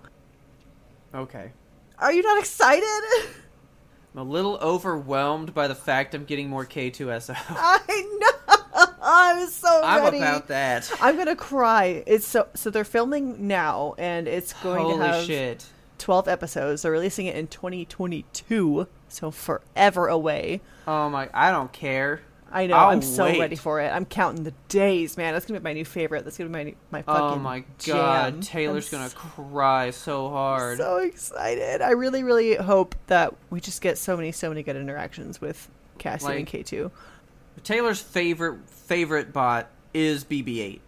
S1: Okay.
S2: Are you not excited?
S1: I'm a little overwhelmed by the fact I'm getting more K2SO.
S2: I know. I was so
S1: I'm
S2: ready.
S1: about that.
S2: I'm gonna cry. It's so so they're filming now, and it's going
S1: Holy
S2: to have
S1: shit.
S2: 12 episodes. They're releasing it in 2022, so forever away.
S1: Oh my, I don't care.
S2: I know.
S1: I'll
S2: i am so
S1: wait.
S2: ready for it. I'm counting the days, man. That's gonna be my new favorite. That's gonna be my new, my fucking.
S1: Oh my god,
S2: jam.
S1: Taylor's
S2: I'm
S1: gonna cry so hard.
S2: So excited! I really, really hope that we just get so many, so many good interactions with Cassie and
S1: Like-
S2: K two.
S1: Taylor's favorite favorite bot is BB-8.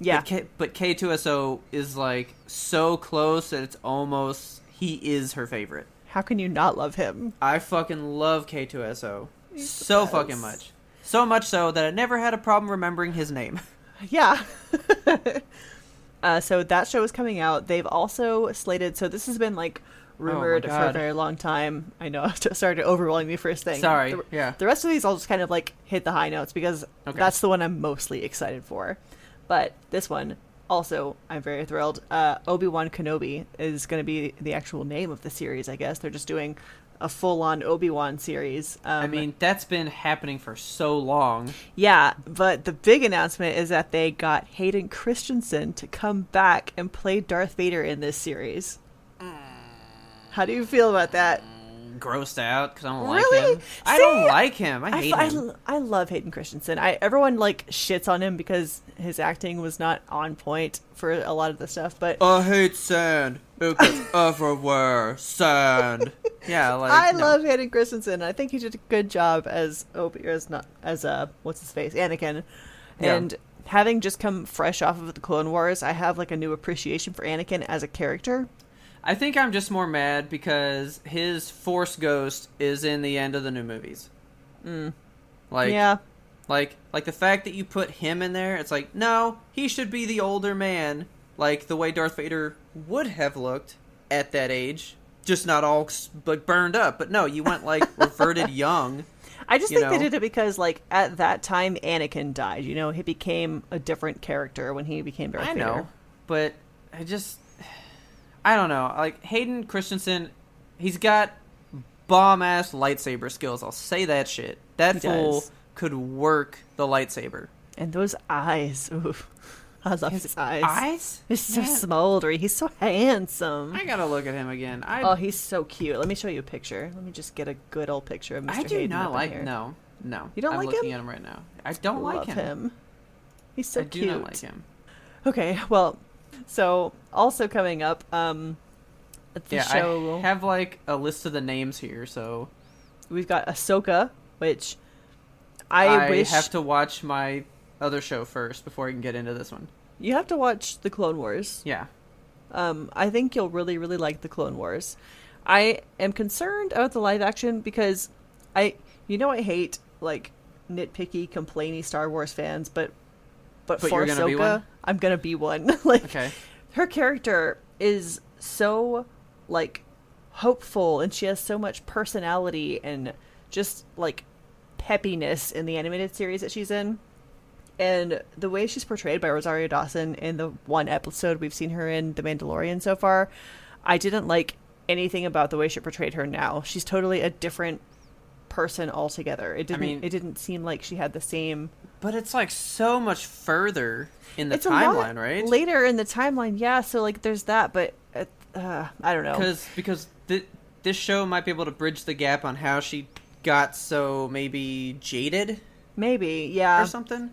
S2: Yeah,
S1: But, K- but K2SO is like so close that it's almost he is her favorite.
S2: how can you not love him?
S1: I fucking love K2SO
S2: He's the
S1: so
S2: best.
S1: fucking much. So much so that I never had a problem remembering his name.
S2: Yeah. uh, so that show is coming out. They've also slated. So this has been like rumored for a
S1: Oh, God.
S2: very long time. I know. Sorry to overwhelm you first thing.
S1: Sorry.
S2: The-
S1: yeah.
S2: The rest of these I'll just kind of like hit the high notes because
S1: Okay.
S2: that's the one I'm mostly excited for. But this one also I'm very thrilled. Uh, Obi Wan Kenobi is going to be the actual name of the series, I guess. They're just doing a full on Obi Wan series. Um,
S1: I mean, that's been happening for so long.
S2: yeah, but the big announcement is that they got Hayden Christensen to come back and play Darth Vader in this series. How do you feel about that?
S1: Grossed out because I don't
S2: Really?
S1: like him. I
S2: See?
S1: don't like him. I
S2: I,
S1: hate
S2: f- I
S1: him.
S2: l- I love Hayden Christensen. I everyone like shits on him because his acting was not on point for a lot of the stuff, but
S1: I hate sand. It goes everywhere. Sand. Yeah, like
S2: I
S1: no.
S2: love Hayden Christensen. I think he did a good job as Obi or as not as uh what's his face Anakin,
S1: Yeah.
S2: and having just come fresh off of the Clone Wars, I have like a new appreciation for Anakin as a character.
S1: I think I'm just more mad because his Force Ghost is in the end of the new movies. Mm. Like,
S2: yeah,
S1: like, like the fact that you put him in there, it's like, no, he should be the older man, like the way Darth Vader would have looked at that age, just not all s- like burned up. But no, you went like reverted young.
S2: I just
S1: you
S2: think they
S1: know.
S2: did it because like at that time Anakin died. You know, he became a different character when he became Darth
S1: I
S2: Vader.
S1: know, but I just I don't know. Like Hayden Christensen, he's got bomb ass lightsaber skills. I'll say that shit. That
S2: He
S1: fool
S2: does.
S1: could work the lightsaber.
S2: And those eyes. Oof. I love his, eyes.
S1: Eyes?
S2: He's so
S1: Man,
S2: smoldery. He's so handsome.
S1: I gotta look at him again. I
S2: oh, he's so cute. Let me show you a picture. Let me just get a good old picture of Mr.
S1: I do
S2: Hayden up
S1: not
S2: in
S1: like
S2: here.
S1: no no.
S2: You don't
S1: I'm
S2: like
S1: looking
S2: him?
S1: at him right now. I don't
S2: Love
S1: like him.
S2: He's so
S1: I do
S2: cute.
S1: not like him.
S2: Okay, well, so also coming up, um, at the
S1: yeah,
S2: show
S1: I have like a list of the names here, so
S2: we've got Ahsoka, which I, wish
S1: have to watch my other show first before I can get into this one.
S2: you have to watch the Clone Wars.
S1: Yeah.
S2: Um, I think you'll really, really like the Clone Wars. I am concerned about the live action because I, you know, I hate like nitpicky, complainy Star Wars fans, but but,
S1: But
S2: for
S1: you're gonna be
S2: Ahsoka,
S1: one?
S2: I'm gonna be one. like,
S1: Okay.
S2: her character is so like hopeful, and she has so much personality and just like peppiness in the animated series that she's in. And the way she's portrayed by Rosario Dawson in the one episode we've seen her in The Mandalorian so far, I didn't like anything about the way she portrayed her now. She's totally a different person altogether. It didn't
S1: mean-
S2: it didn't seem like she had the same
S1: But it's like so much further in the
S2: It's a lot
S1: timeline, right?
S2: Later in the timeline, yeah, so like there's that, but uh, uh, I don't know.
S1: Because because thi- this show might be able to bridge the gap on how she got so maybe jaded
S2: Maybe,
S1: or
S2: yeah.
S1: something.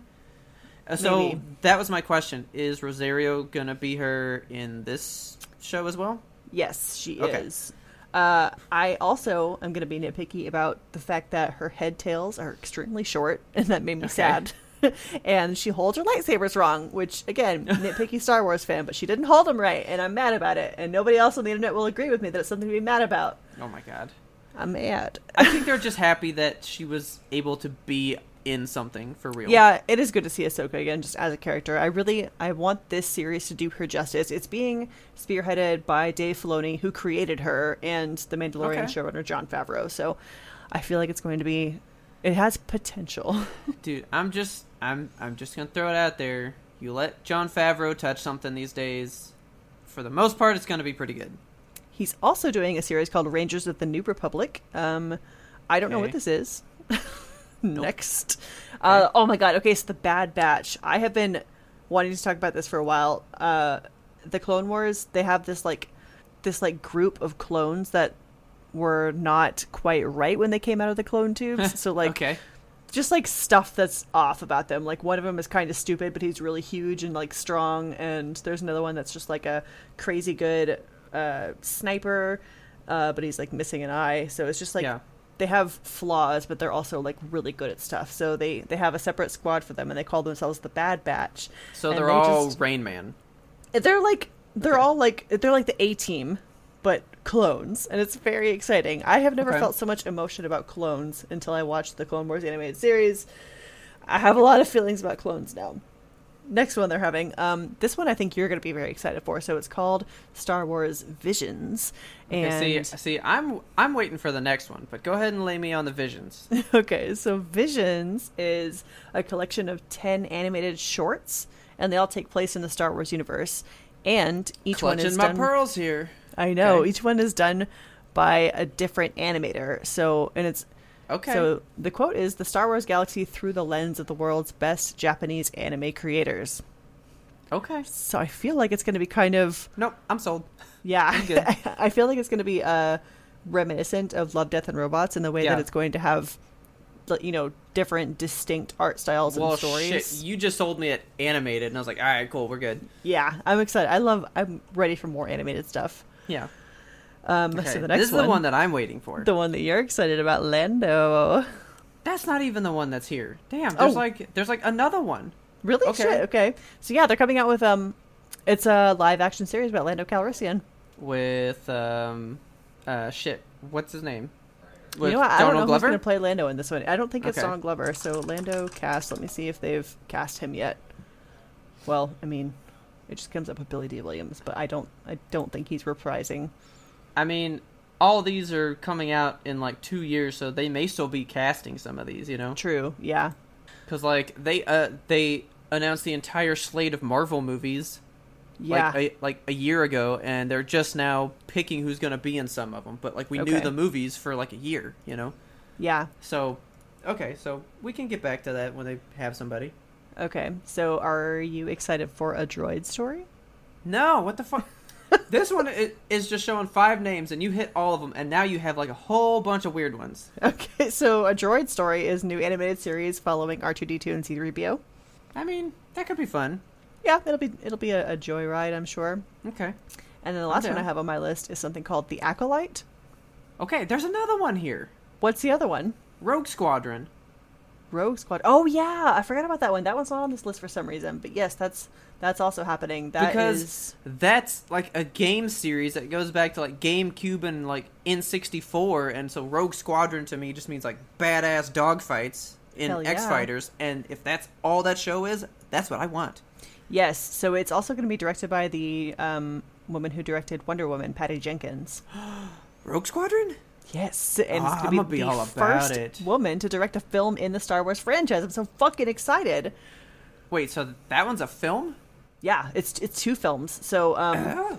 S1: Uh, So
S2: Maybe.
S1: that was my question: Is Rosario gonna be her in this show as well?
S2: Yes, she
S1: Okay.
S2: is. Uh, I also am going to be nitpicky about the fact that her head tails are extremely short, and that made me sad. and she holds her lightsabers wrong, which, again, nitpicky Star Wars fan, but she didn't hold them right, and I'm mad about it. And nobody else on the internet will agree with me that it's something to be mad about.
S1: Oh my god!
S2: I'm mad.
S1: I think they're just happy that she was able to be in something for real.
S2: Yeah, it is good to see Ahsoka again, just as a character. I really, I want this series to do her justice. It's being spearheaded by Dave Filoni, who created her, and the
S1: Okay.
S2: Mandalorian showrunner John Favreau. So, I feel like it's going to be, it has potential.
S1: Dude, I'm just I'm I'm just gonna throw it out there. You let John Favreau touch something these days, for the most part it's gonna be pretty good.
S2: He's also doing a series called Rangers of the New Republic. Um, I don't know what
S1: Okay.
S2: this is. Next. Uh, oh my god. Okay, so the Bad Batch. I have been wanting to talk about this for a while. Uh, the Clone Wars. They have this like this like group of clones that were not quite right when they came out of the clone tubes. so like
S1: okay.
S2: just like stuff that's off about them. Like one of them is kind of stupid, but he's really huge and like strong. And there's another one that's just like a crazy good uh, sniper, uh, but he's like missing an eye. So it's just like
S1: Yeah.
S2: they have flaws, but they're also like really good at stuff. So they they have a separate squad for them, and they call themselves the Bad Batch.
S1: So
S2: And
S1: they're
S2: they
S1: all
S2: just-
S1: Rain Man.
S2: they're like they're all like they're like the A team, but clones, and it's very exciting. I have never
S1: Okay.
S2: felt so much emotion about clones until I watched the Clone Wars animated series. I have a lot of feelings about clones now. Next one they're having. Um, this one I think you're going to be very excited for. So it's called Star Wars Visions, and
S1: Okay, see, see, I'm I'm waiting for the next one, but go ahead and lay me on the visions.
S2: Okay, so Visions is a collection of 10 animated shorts, and they all take place in the Star Wars universe. And each one
S1: Clutching
S2: is
S1: my
S2: done.
S1: pearls here.
S2: I know
S1: Okay.
S2: each one is done by a different animator. So, and it's
S1: Okay.
S2: so the quote is the Star Wars galaxy through the lens of the world's best Japanese anime creators.
S1: okay.
S2: So I feel like it's going to be kind of
S1: Nope, I'm sold.
S2: yeah.
S1: good.
S2: I feel like it's going to be uh, reminiscent of Love, Death, and Robots in the way
S1: Yeah.
S2: that it's going to have, like, you know, different distinct art styles
S1: Well,
S2: and stories.
S1: shit, you just sold me it animated, and I was like, all right, cool, we're good.
S2: Yeah, I'm excited. I love. I'm ready for more animated stuff.
S1: Yeah.
S2: Um,
S1: Okay,
S2: so the next
S1: this is
S2: one,
S1: the one that I'm waiting for.
S2: the one that you're excited about, Lando.
S1: That's not even the one that's here. Damn, there's
S2: Oh.
S1: like there's like another one.
S2: Really?
S1: Okay.
S2: Shit. Okay. So yeah, they're coming out with um, it's a live action series about Lando Calrissian.
S1: with um uh shit what's his name
S2: you
S1: With
S2: know what? I don't know who's
S1: Glover
S2: going to play Lando in this one. I don't think it's
S1: Okay.
S2: Donald Glover. So Lando cast. Let me see if they've cast him yet. Well, I mean, it just comes up with Billy D. Williams, but I don't. I don't think he's reprising.
S1: I mean all these are coming out in like 2 years so they may still be casting some of these you know
S2: True. Yeah.
S1: cuz like they uh they announced the entire slate of Marvel movies
S2: Yeah.
S1: like a, like a year ago and they're just now picking who's going to be in some of them but like we knew
S2: Okay.
S1: the movies for like a year you know
S2: yeah.
S1: so okay so we can get back to that when they have somebody
S2: Okay. So are you excited for a droid story?
S1: No, what the fuck? this one i- is just showing five names, and you hit all of them, and now you have like a whole bunch of weird ones.
S2: Okay. So a droid story is new animated series following R two D two and C three PO.
S1: I mean, that could be fun.
S2: Yeah, it'll be it'll be a, a joyride, I'm sure.
S1: Okay.
S2: And then the last one I
S1: down.
S2: have on my list is something called The Acolyte.
S1: Okay, there's another one here
S2: What's the other one?
S1: Rogue Squadron.
S2: Rogue Squad. Oh yeah, I forgot about that one. That one's not on this list for some reason. But yes, that's that's also happening. That
S1: because
S2: is
S1: that's like a game series that goes back to like GameCube and like N64, and so Rogue Squadron to me just means like badass dogfights in
S2: Hell yeah.
S1: X Fighters, and if that's all that show is, that's what I want.
S2: yes. So it's also going to be directed by the um, woman who directed Wonder Woman, Patty Jenkins.
S1: Rogue Squadron?
S2: Yes, and
S1: Ah,
S2: it's
S1: I'm
S2: going to
S1: gonna
S2: be
S1: be
S2: the
S1: all about
S2: first
S1: it.
S2: woman to direct a film in the Star Wars franchise. I'm so fucking excited.
S1: Wait, so that one's a film?
S2: Yeah, it's it's two films. So um,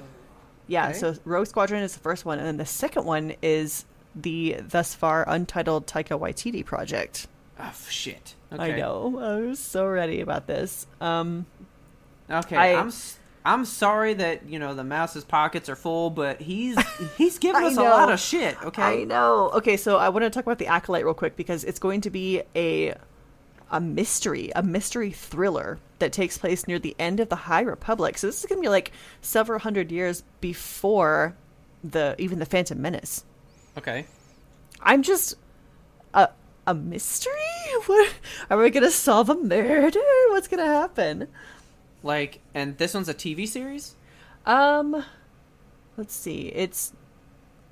S2: Yeah,
S1: Okay.
S2: so Rogue Squadron is the first one, and then the second one is the thus far untitled Taika Waititi project.
S1: Oh, shit.
S2: I know. I was so ready about this. Um,
S1: Okay,
S2: I-
S1: I'm s- I'm sorry that you know the mouse's pockets are full, but he's he's giving
S2: I
S1: us a
S2: know.
S1: lot of shit.
S2: I
S1: Okay,
S2: know. Okay, so I want to talk about the acolyte real quick because it's going to be a a mystery, a mystery thriller that takes place near the end of the High Republic. So this is going to be like several hundred years before the even the Phantom Menace.
S1: okay.
S2: I'm just a a mystery. What are we gonna solve a murder? What's gonna happen?
S1: Like, and this one's a TV series.
S2: Um, let's see. It's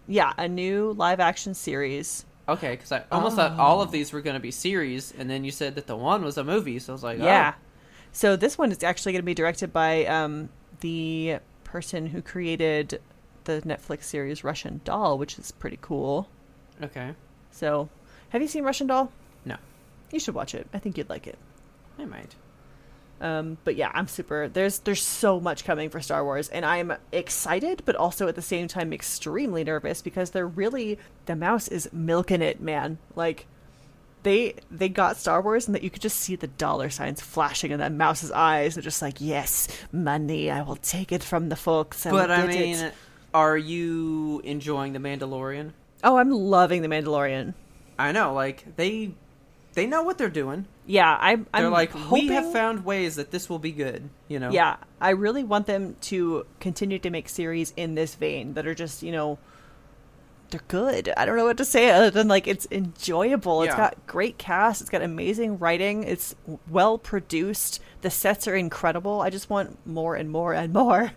S2: yeah, a new live action series
S1: Okay, because I almost thought all
S2: Oh.
S1: of these were going to be series, and then you said that the one was a movie, so I was like, oh,
S2: Yeah. So this one is actually going to be directed by um, the person who created the Netflix series Russian Doll, which is pretty cool.
S1: oh, okay,
S2: So, have you seen Russian Doll?
S1: no,
S2: You should watch it. I think you'd like it.
S1: I might.
S2: Um, but yeah, I'm super. There's there's so much coming for Star Wars, and I'm excited, but also at the same time extremely nervous because they're really the mouse is milking it, man. Like they they got Star Wars, and that you could just see the dollar signs flashing in that mouse's eyes. They're just like, yes, money, I will take it from the folks. I will
S1: But I
S2: get
S1: mean,
S2: it."
S1: are you enjoying The Mandalorian?
S2: oh, I'm loving the Mandalorian.
S1: I know, like they they know what they're doing.
S2: Yeah, I'm.
S1: They're
S2: I'm
S1: like,
S2: hoping...
S1: we have found ways that this will be good. You know,
S2: Yeah, I really want them to continue to make series in this vein that are just, you know, they're good. I don't know what to say other than like it's enjoyable. It's
S1: Yeah.
S2: got great cast, it's got amazing writing, it's well produced. The sets are incredible. I just want more and more and more.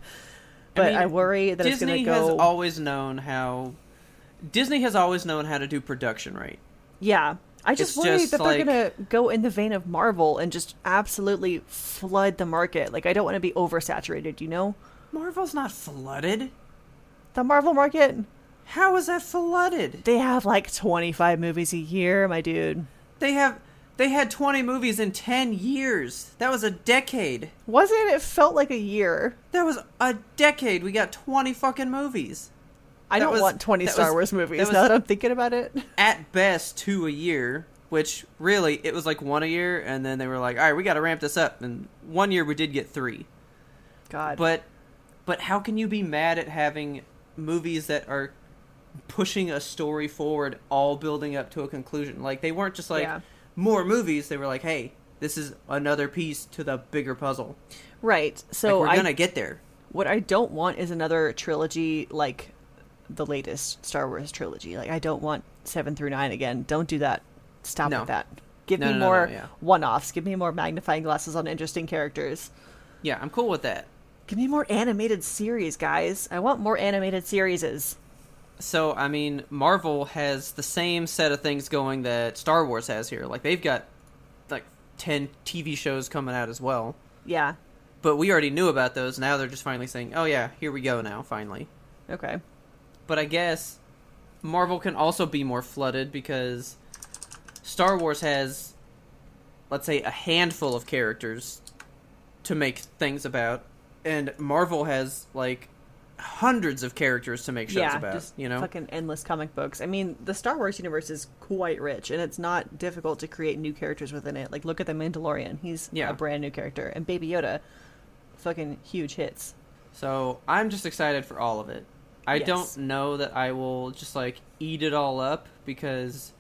S2: But I,
S1: mean,
S2: worry that
S1: Disney
S2: it's going to
S1: has
S2: go
S1: always known how. Disney has always known how to do production right.
S2: Yeah. I just
S1: It's
S2: worry
S1: just,
S2: that they're
S1: like-
S2: going to go in the vein of Marvel and just absolutely flood the market. Like I don't want to be oversaturated, you know?
S1: Marvel's not flooded.
S2: The Marvel market
S1: How is that flooded?
S2: They have like 25 movies a year, my dude.
S1: They have they had 20 movies in 10 years. That was a decade.
S2: Wasn't it? It felt like a year.
S1: That was a decade. We got 20 fucking movies.
S2: I
S1: That
S2: don't
S1: was-
S2: want 20
S1: that
S2: Star
S1: was-
S2: Wars
S1: that
S2: movies
S1: was-
S2: now that I'm thinking about it.
S1: At best two a year, which really it was like one a year and then they were like, "All right, we got to ramp this up." And one year we did get 3.
S2: God.
S1: But but how can you be mad at having movies that are pushing a story forward all building up to a conclusion? Like they weren't just like
S2: Yeah.
S1: more movies, they were like, "Hey, this is another piece to the bigger puzzle.
S2: right.
S1: Like,
S2: So
S1: we're
S2: I,
S1: going to get there."
S2: what I don't want is another trilogy like the latest Star Wars trilogy. Like I don't want 7 through 9 again. Don't do that. Stop
S1: No.
S2: with that. Give
S1: No,
S2: me
S1: no, no, no,
S2: more
S1: yeah.
S2: one-offs. Give me more magnifying glasses on interesting characters.
S1: Yeah, I'm cool with that.
S2: Give me more animated series, guys. I want more animated series.
S1: So, I mean, Marvel has the same set of things going that Star Wars has here. Like, they've got like 10 TV shows coming out as well.
S2: Yeah.
S1: But we already knew about those. Now they're just finally saying, oh, yeah, here we go now, finally.
S2: Okay.
S1: But I guess Marvel can also be more flooded because Star Wars has, let's say, a handful of characters to make things about. And Marvel has, like, hundreds of characters to make shows about. you know?
S2: fucking endless comic books. I mean, the Star Wars universe is quite rich, and it's not difficult to create new characters within it. Like, look at the Mandalorian; he's
S1: Yeah.
S2: a brand new character, and Baby Yoda, fucking huge hits.
S1: So I'm just excited for all of it. I
S2: Yes.
S1: don't know that I will just like eat it all up because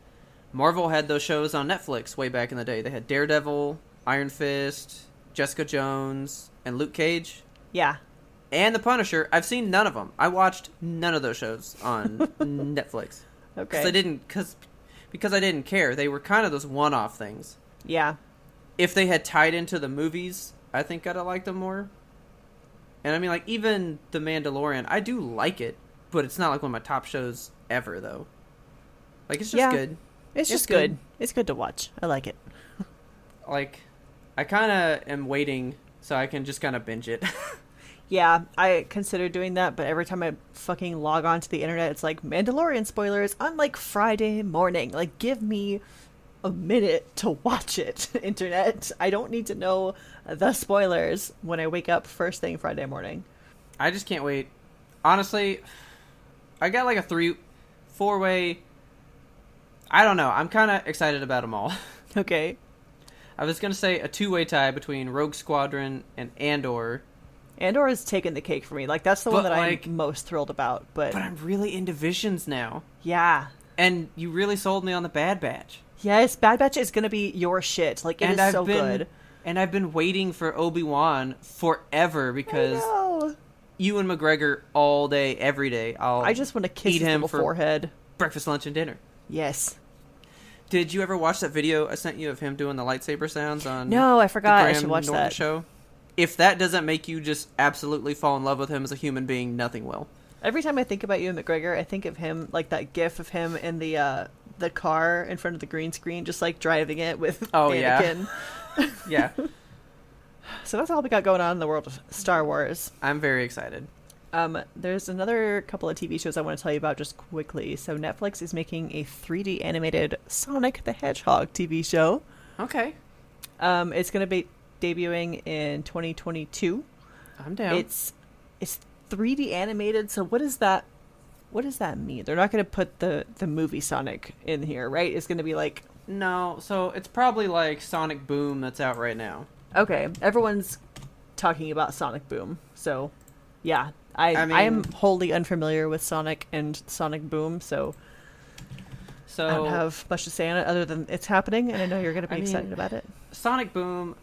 S1: Marvel had those shows on Netflix way back in the day. They had Daredevil, Iron Fist, Jessica Jones, and Luke Cage,
S2: Yeah,
S1: and The Punisher. I've seen none of them. I watched none of those shows on Netflix. 'Cause
S2: okay,
S1: I didn't cause, because I didn't care. They were kind of those one-off things.
S2: yeah,
S1: If they had tied into the movies, I think I'd have liked them more. And I mean, like, even The Mandalorian, I do like it, but it's not like one of my top shows ever, though. Like, it's just
S2: Yeah.
S1: good.
S2: it's just
S1: good.
S2: good. It's good to watch. I like it.
S1: Like, I kind of am waiting so I can just kind of binge it.
S2: Yeah, I considered doing that, but every time I fucking log on to the internet, it's like Mandalorian spoilers on like Friday morning. Like, give me a minute to watch it, internet. I don't need to know the spoilers when I wake up first thing Friday morning.
S1: I just can't wait. Honestly, I got like a three, four way. I don't know. I'm kind of excited about them all.
S2: Okay.
S1: I was going to say a two way tie between Rogue Squadron and Andor.
S2: Andor has taken the cake for me. Like, that's the one
S1: But,
S2: that
S1: like-
S2: I'm most thrilled about, but,
S1: But I'm really into visions now.
S2: yeah.
S1: And you really sold me on the Bad Batch.
S2: Yes, Bad Batch is gonna be your shit. Like, it is
S1: and I've
S2: so
S1: been
S2: good.
S1: and I've been waiting for Obi-Wan forever because
S2: No.
S1: you and McGregor all day every day. I'll
S2: I just want to kiss
S1: eat
S2: his
S1: him
S2: little
S1: for
S2: forehead.
S1: breakfast, lunch and dinner.
S2: Yes.
S1: Did you ever watch that video I sent you of him doing the lightsaber sounds on
S2: No, I forgot.
S1: the
S2: I
S1: Graham
S2: should watch
S1: Norton
S2: that.
S1: show? If that doesn't make you just absolutely fall in love with him as a human being, nothing will.
S2: Every time I think about you and McGregor, I think of him like that gif of him in the uh the car in front of the green screen, just like driving it with
S1: Oh, yeah.
S2: Anakin.
S1: Yeah,
S2: So that's all we got going on in the world
S1: Mm-hmm.
S2: of Star Wars.
S1: I'm very excited.
S2: Um, there's another couple of TV shows I want to tell you about just quickly. So Netflix is making a 3D animated Sonic the Hedgehog TV show.
S1: Okay,
S2: Um, it's going to be debuting in 2022.
S1: I'm down.
S2: It's it's 3D animated. So what is that? What does that mean? They're not going to put the the movie Sonic in here, right? It's going to be like
S1: no, so it's probably like Sonic Boom that's out right now.
S2: okay, everyone's talking about Sonic Boom. So yeah, I
S1: I
S2: I,
S1: mean-
S2: am wholly unfamiliar with Sonic and Sonic Boom, so
S1: So
S2: I don't have much to say on it other than it's happening, and Oh. I know you're going to be
S1: I mean-
S2: excited about it.
S1: Sonic Boom.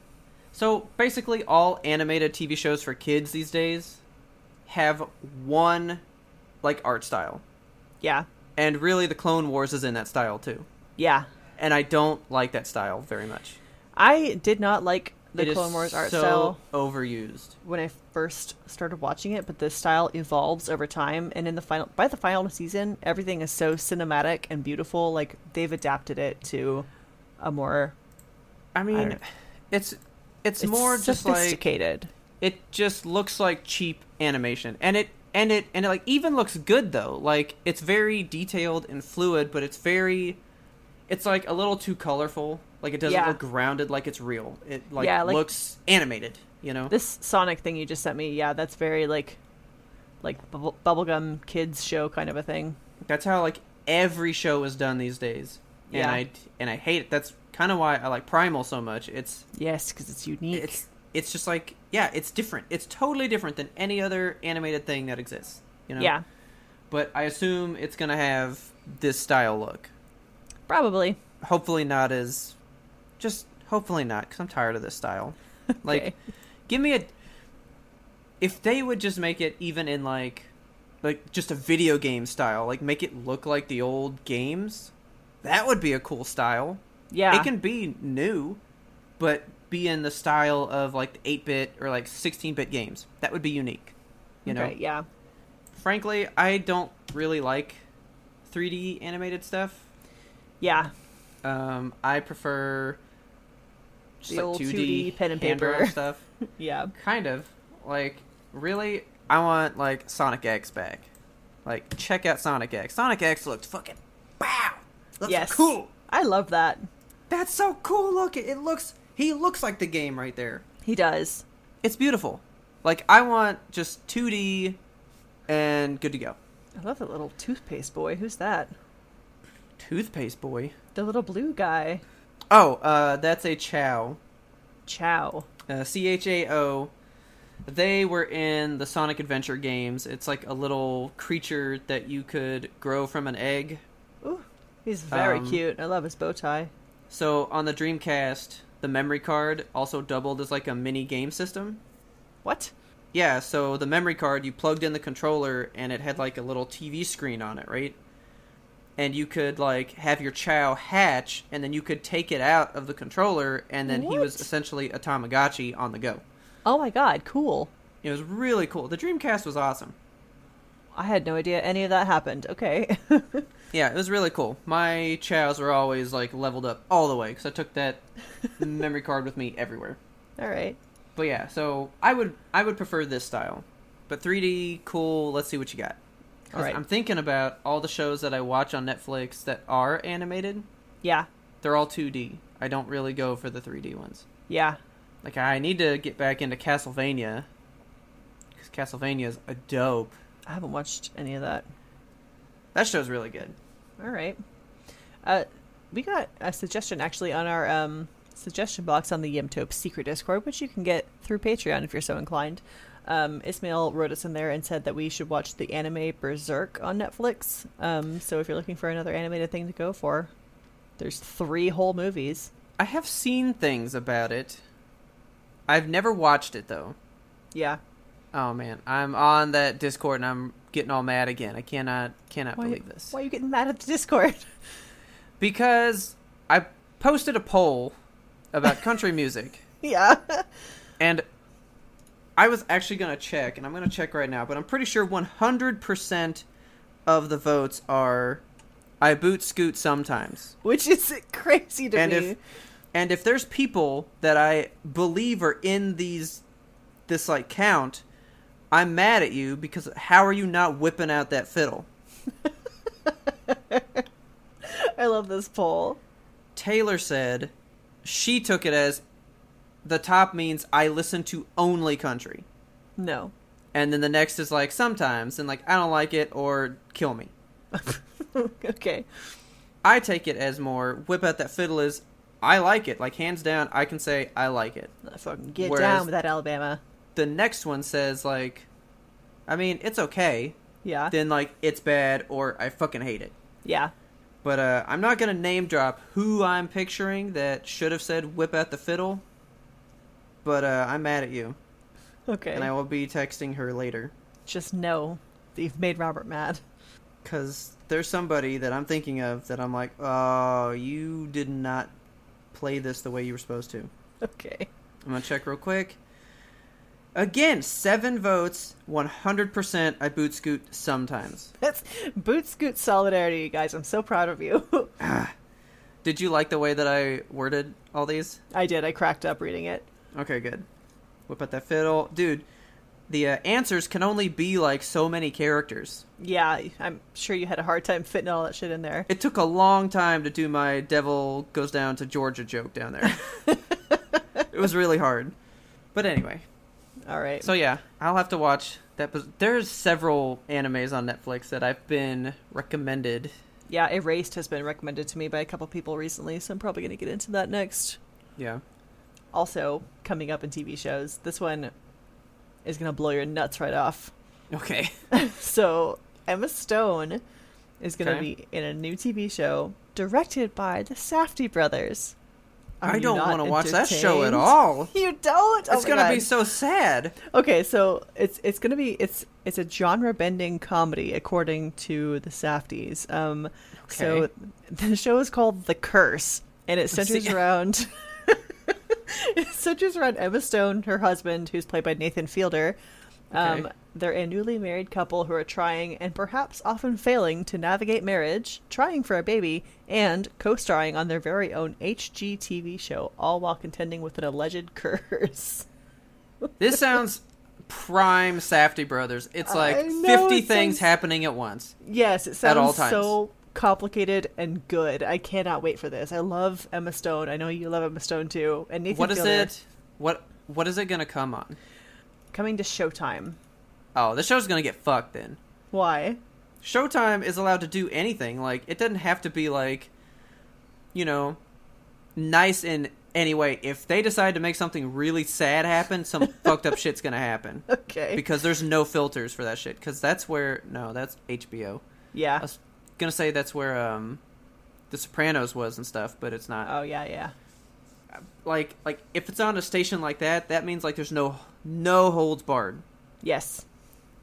S1: So basically, all animated TV shows for kids these days have one like art style,
S2: Yeah,
S1: and really, the Clone Wars is in that style too.
S2: yeah.
S1: And I don't like that style very much.
S2: I did not like the
S1: It is
S2: Clone Wars art
S1: so
S2: style.
S1: overused.
S2: when I first started watching it, but the style evolves over time. And in the final, by the final season, everything is so cinematic and beautiful. Like they've adapted it to a more
S1: I mean,
S2: don't-
S1: it's it's,
S2: it's
S1: more just like
S2: sophisticated.
S1: it just looks like cheap animation and it and it and it like even looks good though like it's very detailed and fluid but it's very it's like a little too colorful like it doesn't
S2: Yeah.
S1: look grounded like it's real it like,
S2: Yeah, like-
S1: looks animated you know
S2: this Sonic thing you just sent me, yeah, that's very like like bubble, bubblegum kids show kind of a thing.
S1: that's how like every show is done these days and
S2: Yeah.
S1: i and i hate it that's kind of why i like primal so much it's
S2: Yes, because it's unique.
S1: it's it's just like yeah it's different it's totally different than any other animated thing that exists you know
S2: Yeah,
S1: but i assume it's gonna have this style look
S2: probably.
S1: hopefully not as just hopefully not because i'm tired of this style
S2: Okay.
S1: like give me a if they would just make it even in like like just a video game style like make it look like the old games that would be a cool style
S2: Yeah,
S1: it can be new but be in the style of like the 8-bit or like 16-bit games that would be unique you know
S2: Right, yeah.
S1: frankly i don't really like 3d animated stuff
S2: Yeah,
S1: um, I prefer just
S2: The
S1: like
S2: old
S1: 2D,
S2: 2D pen and
S1: hand
S2: paper.
S1: drawn stuff.
S2: yeah.
S1: kind of like really, I want like Sonic X back. Like check out Sonic X. Sonic X looked fucking wow. Looks
S2: yes.
S1: cool.
S2: I love that.
S1: That's so cool looking. It looks he looks like the game right there.
S2: He does.
S1: It's beautiful. Like I want just 2D and good to go.
S2: I love that little toothpaste boy. Who's that?
S1: Toothpaste boy.
S2: The little blue guy.
S1: Oh, uh, that's a Chow.
S2: Chow.
S1: uh, C H A O. They were in the Sonic Adventure games. It's like a little creature that you could grow from an egg.
S2: Ooh, he's very
S1: Um,
S2: cute. I love his bow tie.
S1: So on the Dreamcast, the memory card also doubled as like a mini game system.
S2: What?
S1: Yeah, so the memory card, you plugged in the controller and it had like a little TV screen on it, right? And you could like have your chow hatch and then you could take it out of the controller and then he was
S2: What?
S1: essentially a Tamagotchi on the go.
S2: Oh my god, cool.
S1: It was really cool. The Dreamcast was awesome.
S2: I had no idea any of that happened. Okay.
S1: Yeah, it was really cool. My chows were always like leveled up all the way because I took that memory card with me everywhere.
S2: All right.
S1: But yeah, so I would I would prefer this style, but 3D cool. Let's see what you got. 'Cause
S2: All right.
S1: I'm thinking about all the shows that I watch on Netflix that are animated.
S2: Yeah.
S1: They're all 2D. I don't really go for the 3D ones.
S2: Yeah.
S1: Like I need to get back into Castlevania because Castlevania is a dope.
S2: I haven't watched any of that.
S1: That show's really good.
S2: All right. Uh, we got a suggestion actually on our um, suggestion box on the Yimtope secret Discord, which you can get through Patreon if you're so inclined. Um, Ismail wrote us in there and said that we should watch the anime Berserk on Netflix. Um, so if you're looking for another animated thing to go for, there's three whole movies.
S1: I have seen things about it. I've never watched it though.
S2: Yeah.
S1: Oh man, I'm on that Discord and I'm getting all mad again. I cannot cannot believe this.
S2: Why are you getting mad at the Discord?
S1: Because I posted a poll about country music
S2: yeah.
S1: and I was actually going to check and I'm going to check right now, but I'm pretty sure 100% of the votes are I boot scoot sometimes.
S2: which is crazy to
S1: and
S2: me.
S1: if and if there's people that I believe are in these this like count, I'm mad at you because how are you not whipping out that fiddle?
S2: I love this poll.
S1: Taylor said she took it as the top means I listen to only country.
S2: No.
S1: And then the next is like sometimes and like I don't like it or kill me.
S2: okay.
S1: I take it as more whip out that fiddle is I like it. Like hands down, I can say I like it.
S2: I fucking get
S1: Whereas-
S2: down with that Alabama.
S1: The next one says like I mean, it's okay.
S2: Yeah.
S1: Then like it's bad or I fucking hate it.
S2: yeah.
S1: But uh I'm not gonna name drop who I'm picturing that should have said whip out the fiddle. But uh I'm mad at you.
S2: Okay.
S1: And I will be texting her later.
S2: Just know that you've made Robert mad.
S1: Because there's somebody that I'm thinking of that I'm like, oh, you did not play this the way you were supposed to.
S2: Okay.
S1: I'm going to check real quick. Again, seven votes, 100% I boot scoot sometimes.
S2: That's boot scoot solidarity, you guys. I'm so proud of you.
S1: Did you like the way that I worded all these?
S2: I did. I cracked up reading it.
S1: Okay, good. Whip out that fiddle. Dude, the uh, answers can only be like so many characters.
S2: Yeah, I'm sure you had a hard time fitting all that shit in there.
S1: It took a long time to do my devil goes down to Georgia joke down there. it was really hard. But anyway,
S2: All right.
S1: so yeah, I'll have to watch that. But there's several animes on Netflix that I've been recommended.
S2: yeah, Erased has been recommended to me by a couple people recently, so I'm probably going to get into that next.
S1: Yeah.
S2: Also, coming up in TV shows, this one is going to blow your nuts right off.
S1: Okay.
S2: So, Emma Stone is going to
S1: Okay.
S2: be in a new TV show directed by the Safdie brothers. Are
S1: I
S2: you
S1: don't
S2: not
S1: want to watch that show at
S2: entertained?
S1: all.
S2: You don't. Oh
S1: it's
S2: my
S1: gonna
S2: God.
S1: be so sad.
S2: Okay, so it's it's gonna be it's it's a genre bending comedy according to the Safties. Um, so
S1: Okay.
S2: the show is called The Curse, and it centers
S1: See-
S2: around it centers around Emma Stone, her husband, who's played by Nathan Fielder. Um,
S1: Okay.
S2: They're a newly married couple who are trying and perhaps often failing to navigate marriage, trying for a baby, and co-starring on their very own HGTV show, all while contending with an alleged curse.
S1: This sounds prime Safety Brothers. It's like
S2: I know,
S1: 50
S2: it
S1: things
S2: sounds-
S1: happening at once.
S2: Yes, it
S1: At
S2: sounds
S1: all
S2: so complicated and good. I cannot wait for this. I love Emma Stone. I know you love Emma Stone too. And Nathan
S1: What is
S2: Fielder
S1: it? What What is it gonna come on?
S2: coming to Showtime.
S1: Oh, the show's gonna get fucked then.
S2: Why?
S1: Showtime is allowed to do anything. Like it doesn't have to be like, you know, nice in any way. If they decide to make something really sad happen, some fucked up shit's gonna happen
S2: Okay.
S1: because there's no filters for that shit. Because that's where no, that's HBO. I
S2: yeah.
S1: was gonna say that's where um, The Sopranos was and stuff, but it's not.
S2: Oh yeah, yeah.
S1: Like like if it's on a station like that, that means like there's no no holds barred.
S2: Yes.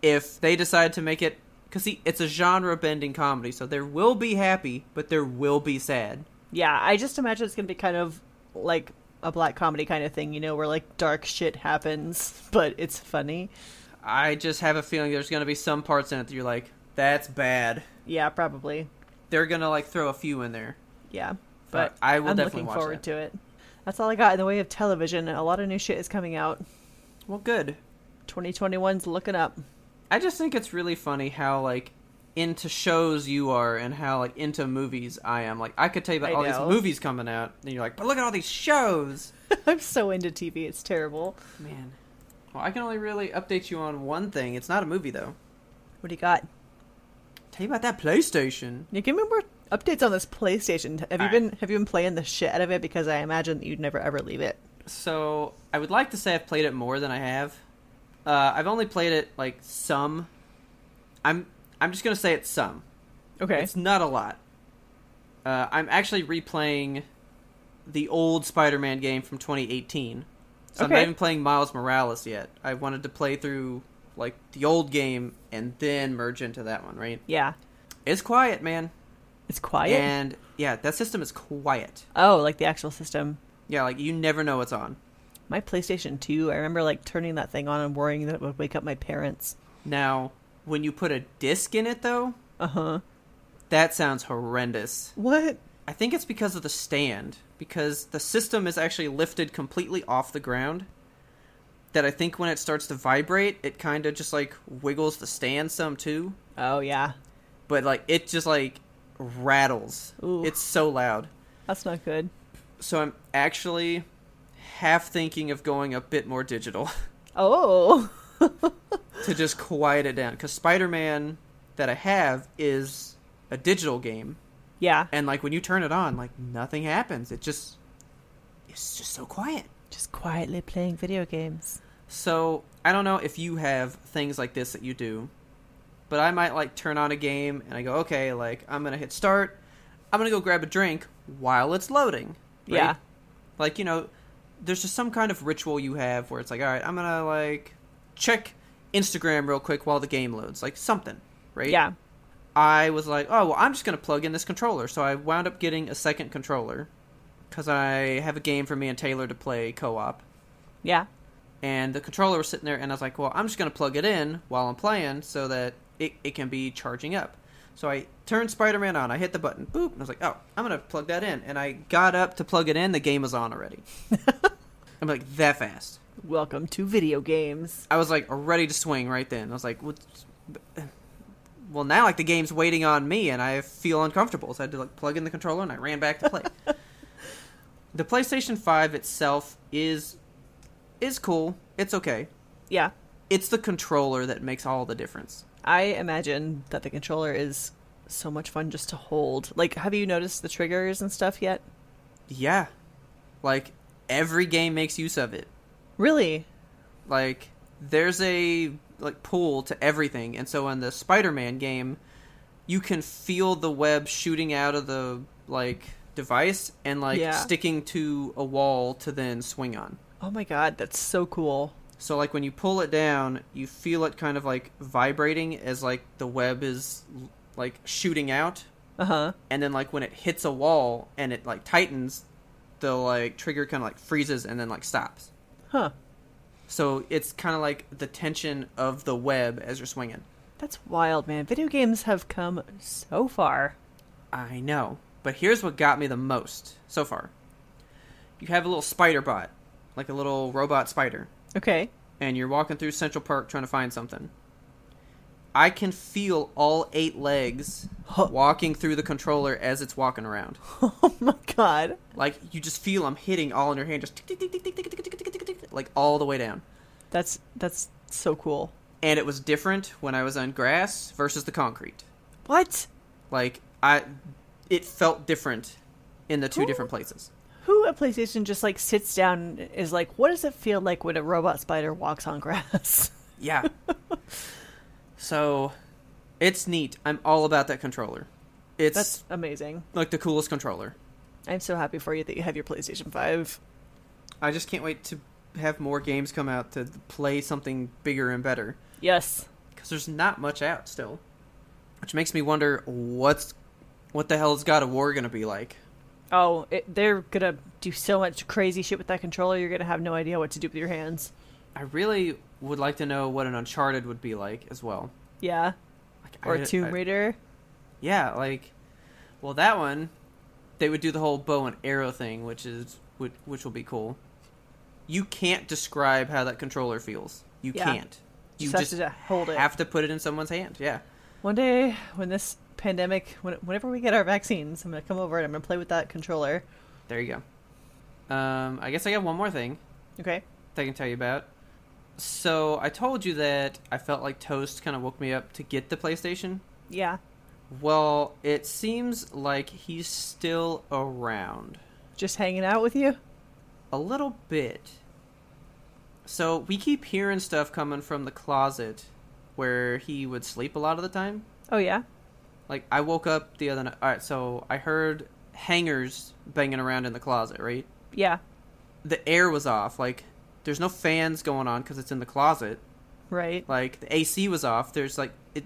S1: if they decide to make it because see it's a genre bending comedy so there will be happy but there will be sad
S2: Yeah, I just imagine it's going to be kind of like a black comedy kind of thing, you know, where like dark shit happens, but it's funny.
S1: i just have a feeling there's going to be some parts in it that you're like that's bad
S2: Yeah, probably.
S1: they're going to like throw a few in there
S2: Yeah.
S1: But
S2: But
S1: I will
S2: I'm
S1: definitely
S2: looking
S1: watch
S2: forward
S1: that.
S2: to it. That's all I got in the way of television. A lot of new shit is coming out.
S1: well good
S2: 2021's looking up.
S1: i just think it's really funny how like into shows you are and how like into movies i am like i could tell you about
S2: I
S1: all
S2: know.
S1: these movies coming out and you're like but look at all these shows
S2: I'm so into TV. It's terrible.
S1: man well i can only really update you on one thing it's not a movie though
S2: What do you got?
S1: tell you about that playstation
S2: You give me more updates on this PlayStation. Have you
S1: All right.
S2: been Have you been playing the shit out of it? Because I imagine that you'd never ever leave it.
S1: So I would like to say I've played it more than I have. Uh, I've only played it like some. I'm I'm just gonna say it's some.
S2: Okay.
S1: It's not a lot. Uh, I'm actually replaying the old Spider-Man game from 2018. So I'm
S2: Okay.
S1: not even playing Miles Morales yet. I wanted to play through like the old game and then merge into that one. Right?
S2: yeah.
S1: It's quiet, man.
S2: It's quiet.
S1: And yeah, that system is quiet.
S2: oh, like the actual system.
S1: Yeah, like you never know what's on.
S2: My PlayStation 2, I remember like turning that thing on and worrying that it would wake up my parents.
S1: Now, when you put a disc in it, though,
S2: Uh huh.
S1: That sounds horrendous.
S2: What?
S1: I think it's because of the stand, because the system is actually lifted completely off the ground. That I think when it starts to vibrate, it kind of just like wiggles the stand some too.
S2: Oh yeah,
S1: But like it just like rattles.
S2: Ooh.
S1: It's so loud.
S2: that's not good.
S1: So I'm actually half thinking of going a bit more digital
S2: Oh,
S1: to just quiet it down. Because Spider Man that I have is a digital game.
S2: yeah.
S1: and like when you turn it on like nothing happens it just it's just so quiet
S2: Just quietly playing video games.
S1: so i don't know if you have things like this that you do but i might like turn on a game and i go okay like i'm gonna hit start i'm gonna go grab a drink while it's loading right?
S2: Yeah.
S1: like you know there's just some kind of ritual you have where it's like all right i'm gonna like check instagram real quick while the game loads like something right
S2: Yeah.
S1: I was like, oh, well, I'm just going to plug in this controller. So I wound up getting a second controller because I have a game for me and Taylor to play co op.
S2: Yeah.
S1: And the controller was sitting there, and I was like, well, I'm just going to plug it in while I'm playing so that it, it can be charging up. So I turned Spider Man on. I hit the button, boop, and I was like, oh, I'm going to plug that in. And I got up to plug it in. The game was on already. I'm like, that fast.
S2: Welcome to video games.
S1: I was like ready to swing right then. I was like, well, well now like the game's waiting on me and I feel uncomfortable. So I had to like plug in the controller and I ran back to play. the PlayStation 5 itself is is cool. It's okay.
S2: Yeah.
S1: It's the controller that makes all the difference.
S2: I imagine that the controller is so much fun just to hold. Like, have you noticed the triggers and stuff yet?
S1: Yeah. Like every game makes use of it.
S2: Really?
S1: like there's a like pull to everything and so in the spider-man game you can feel the web shooting out of the like device and like
S2: Yeah.
S1: sticking to a wall to then swing on
S2: Oh my god, that's so cool.
S1: so like when you pull it down you feel it kind of like vibrating as like the web is like shooting out
S2: Uh huh.
S1: and then like when it hits a wall and it like tightens the like trigger kind of like freezes and then like stops
S2: Huh.
S1: So it's kind of like the tension of the web as you're swinging.
S2: That's wild, man. Video games have come so far.
S1: I know. But here's what got me the most so far. You have a little spider bot, like a little robot spider,
S2: Okay.
S1: and you're walking through Central Park trying to find something. I can feel all eight legs
S2: Huh.
S1: walking through the controller as it's walking around.
S2: Oh my god.
S1: Like you just feel them hitting all in your hand, just tick, tick, tick, tick, tick, tick, tick, tick, tick, tick, tick, tick, tick, like all the way down.
S2: That's that's so cool.
S1: And it was different when I was on grass versus the concrete.
S2: What?
S1: Like I, it felt different in the two
S2: Cool.
S1: different places.
S2: Who at PlayStation just like sits down and is like, what does it feel like when a robot spider walks on grass?
S1: Yeah. so, it's neat. I'm all about that controller. It's
S2: That's amazing.
S1: like the coolest controller.
S2: I'm so happy for you that you have your PlayStation 5.
S1: I just can't wait to have more games come out to play something bigger and better
S2: Yes.
S1: because there's not much out still, which makes me wonder what's what the hell is God of War gonna be like.
S2: Oh, it, they're gonna do so much crazy shit with that controller. You're gonna have no idea what to do with your hands.
S1: I really would like to know what an Uncharted would be like as well.
S2: Yeah,
S1: Like,
S2: or
S1: I-
S2: a Tomb
S1: I-
S2: Raider.
S1: Yeah, like, well, that one, they would do the whole bow and arrow thing, which is which, which will be cool. You can't describe how that controller feels. You
S2: Yeah.
S1: can't. You
S2: Just have
S1: just,
S2: to hold it.
S1: have to put it in someone's hand. Yeah,
S2: One day when this pandemic, when, whenever we get our vaccines, I'm gonna come over and I'm gonna play with that controller.
S1: there you go. Um, I guess I got one more thing
S2: Okay.
S1: that I can tell you about. So I told you that I felt like Toast kind of woke me up to get the PlayStation.
S2: Yeah.
S1: Well, it seems like he's still around.
S2: Just hanging out with you.
S1: A little bit. So we keep hearing stuff coming from the closet where he would sleep a lot of the time.
S2: Oh yeah.
S1: Like I woke up the other night. All right, so I heard hangers banging around in the closet, right?
S2: Yeah.
S1: The air was off. Like there's no fans going on cuz it's in the closet.
S2: Right.
S1: Like the AC was off. There's like it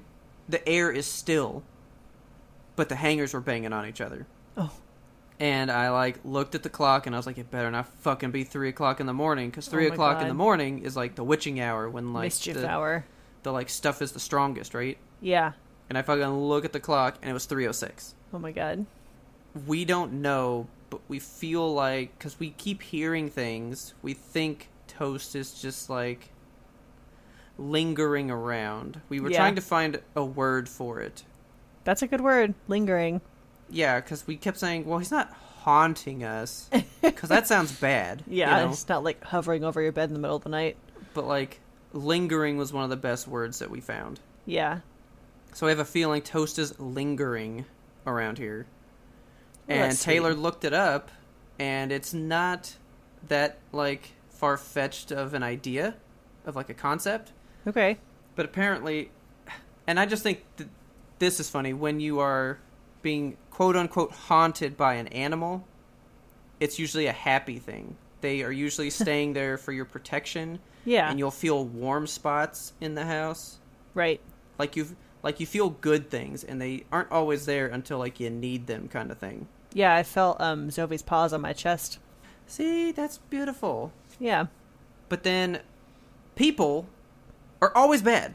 S1: the air is still. But the hangers were banging on each other.
S2: Oh.
S1: and I like looked at the clock and I was like, it better not fucking be three o'clock in the morning because three
S2: Oh my
S1: o'clock
S2: God.
S1: in the morning is like the witching hour when like
S2: mischief
S1: the,
S2: hour.
S1: the like stuff is the strongest, right?
S2: Yeah.
S1: and I fucking look at the clock, and it was 3:06.
S2: Oh my god.
S1: We don't know, but we feel like because we keep hearing things, we think Toast is just like lingering around. We were
S2: Yeah.
S1: trying to find a word for it.
S2: That's a good word. Lingering.
S1: Yeah, because we kept saying, "Well, he's not haunting us," because that sounds bad. you
S2: Yeah,
S1: know?
S2: it's not like hovering over your bed in the middle of the night.
S1: but like lingering was one of the best words that we found.
S2: Yeah.
S1: So I have a feeling toast is lingering around here.
S2: Well,
S1: and
S2: that's
S1: Taylor
S2: sweet.
S1: looked it up, and it's not that like far fetched of an idea, of like a concept.
S2: Okay.
S1: But apparently, and I just think th- this is funny when you are being quote unquote haunted by an animal, it's usually a happy thing. They are usually staying there for your protection,
S2: Yeah.
S1: and you'll feel warm spots in the house
S2: right.
S1: like you like you feel good things and they aren't always there until like you need them kind of thing
S2: Yeah, I felt um Zoe's paws on my chest.
S1: see that's beautiful
S2: Yeah.
S1: but then people are always bad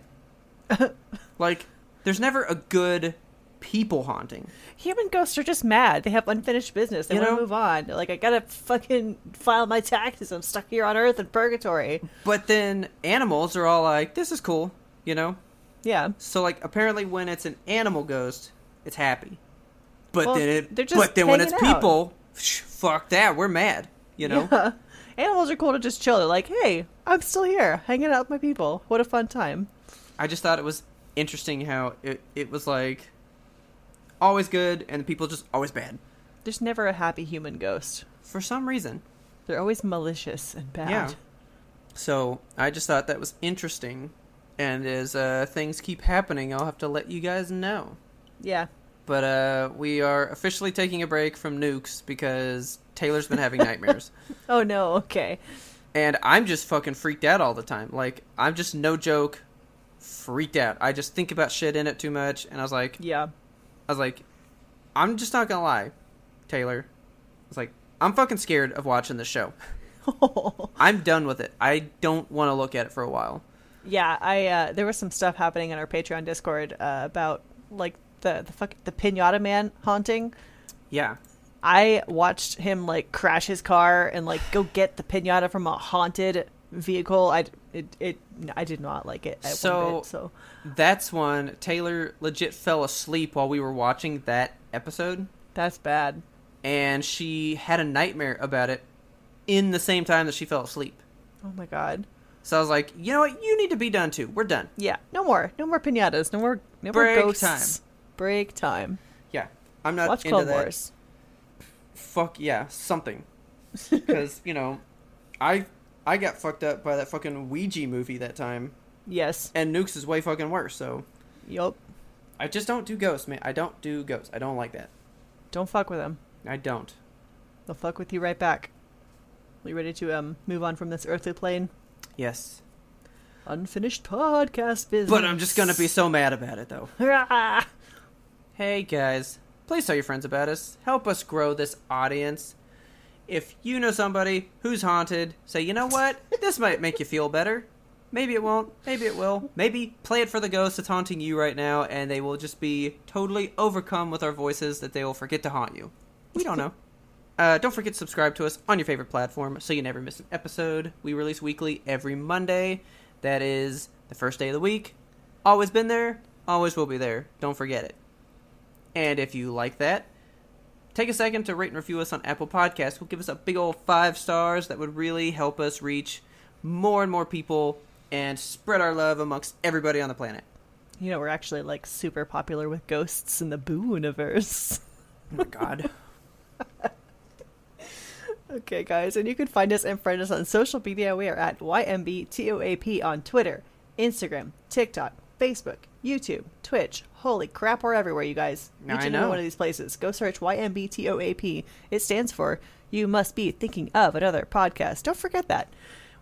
S1: like there's never a good people haunting
S2: Human ghosts are just mad. They have unfinished business. They
S1: You
S2: want to
S1: know-
S2: move on. They're like, I gotta fucking file my taxes. I'm stuck here on Earth in purgatory.
S1: but then animals are all like this is cool you know
S2: Yeah.
S1: so like apparently when it's an animal ghost it's happy but
S2: Well,
S1: then it
S2: they're just
S1: but then when it's
S2: hanging out.
S1: people psh, fuck that we're mad you know
S2: Yeah. Animals are cool to just chill. They're like, hey, I'm still here, hanging out with my people. What a fun time.
S1: I just thought it was interesting how it, it was like always good and the people just always bad
S2: There's never a happy human ghost.
S1: for some reason.
S2: They're always malicious and bad.
S1: Yeah. So I just thought that was interesting. And as uh, things keep happening, I'll have to let you guys know.
S2: Yeah.
S1: But uh, we are officially taking a break from nukes because Taylor's been having nightmares.
S2: Oh no, okay.
S1: And I'm just fucking freaked out all the time. Like, I'm just no joke freaked out. I just think about shit in it too much. And I was like,
S2: Yeah.
S1: I was like, I'm just not gonna lie, Taylor. I was like, I'm fucking scared of watching this show. I'm done with it. I don't want to look at it for a while.
S2: yeah, I uh there was some stuff happening in our Patreon Discord uh, about like the the fuck the pinata man haunting.
S1: Yeah,
S2: I watched him like crash his car and like go get the pinata from a haunted vehicle. I it, it I did not like it. At
S1: So-
S2: one bit, so
S1: that's one. Taylor legit fell asleep while we were watching that episode,
S2: that's bad.
S1: and she had a nightmare about it in the same time that she fell asleep.
S2: Oh my god.
S1: So I was like, you know what? You need to be done too. We're done.
S2: Yeah, no more, no more pinatas, no more, no
S1: Break
S2: more ghosts.
S1: time.
S2: Break time.
S1: Yeah, I'm not
S2: Watch
S1: into
S2: Clone
S1: that.
S2: Wars.
S1: fuck yeah something because you know i i got fucked up by that fucking ouija movie that time
S2: Yes.
S1: and nukes is way fucking worse so
S2: Yup.
S1: i just don't do ghosts man i don't do ghosts i don't like that
S2: Don't fuck with them.
S1: i don't
S2: They'll fuck with you right back. We ready to um move on from this earthly plane?
S1: yes
S2: Unfinished podcast business.
S1: but i'm just gonna be so mad about it though
S2: Hurrah!
S1: hey guys please tell your friends about us help us grow this audience if you know somebody who's haunted say you know what this might make you feel better maybe it won't maybe it will maybe play it for the ghost that's haunting you right now and they will just be totally overcome with our voices that they will forget to haunt you we don't know uh, don't forget to subscribe to us on your favorite platform so you never miss an episode we release weekly every monday that is the first day of the week always been there always will be there don't forget it and if you like that, take a second to rate and review us on Apple Podcasts. We'll give us a big old five stars that would really help us reach more and more people and spread our love amongst everybody on the planet.
S2: You know we're actually like super popular with ghosts in the Boo universe.
S1: Oh my god.
S2: Okay, guys, and you can find us and friend us on social media. We are at YMBTOAP on Twitter, Instagram, TikTok, Facebook, YouTube, Twitch. Holy crap, we're everywhere, you guys.
S1: Now
S2: Each
S1: I
S2: and every
S1: know.
S2: one of these places. Go search YMBTOAP. It stands for You Must Be Thinking of Another Podcast. Don't forget that.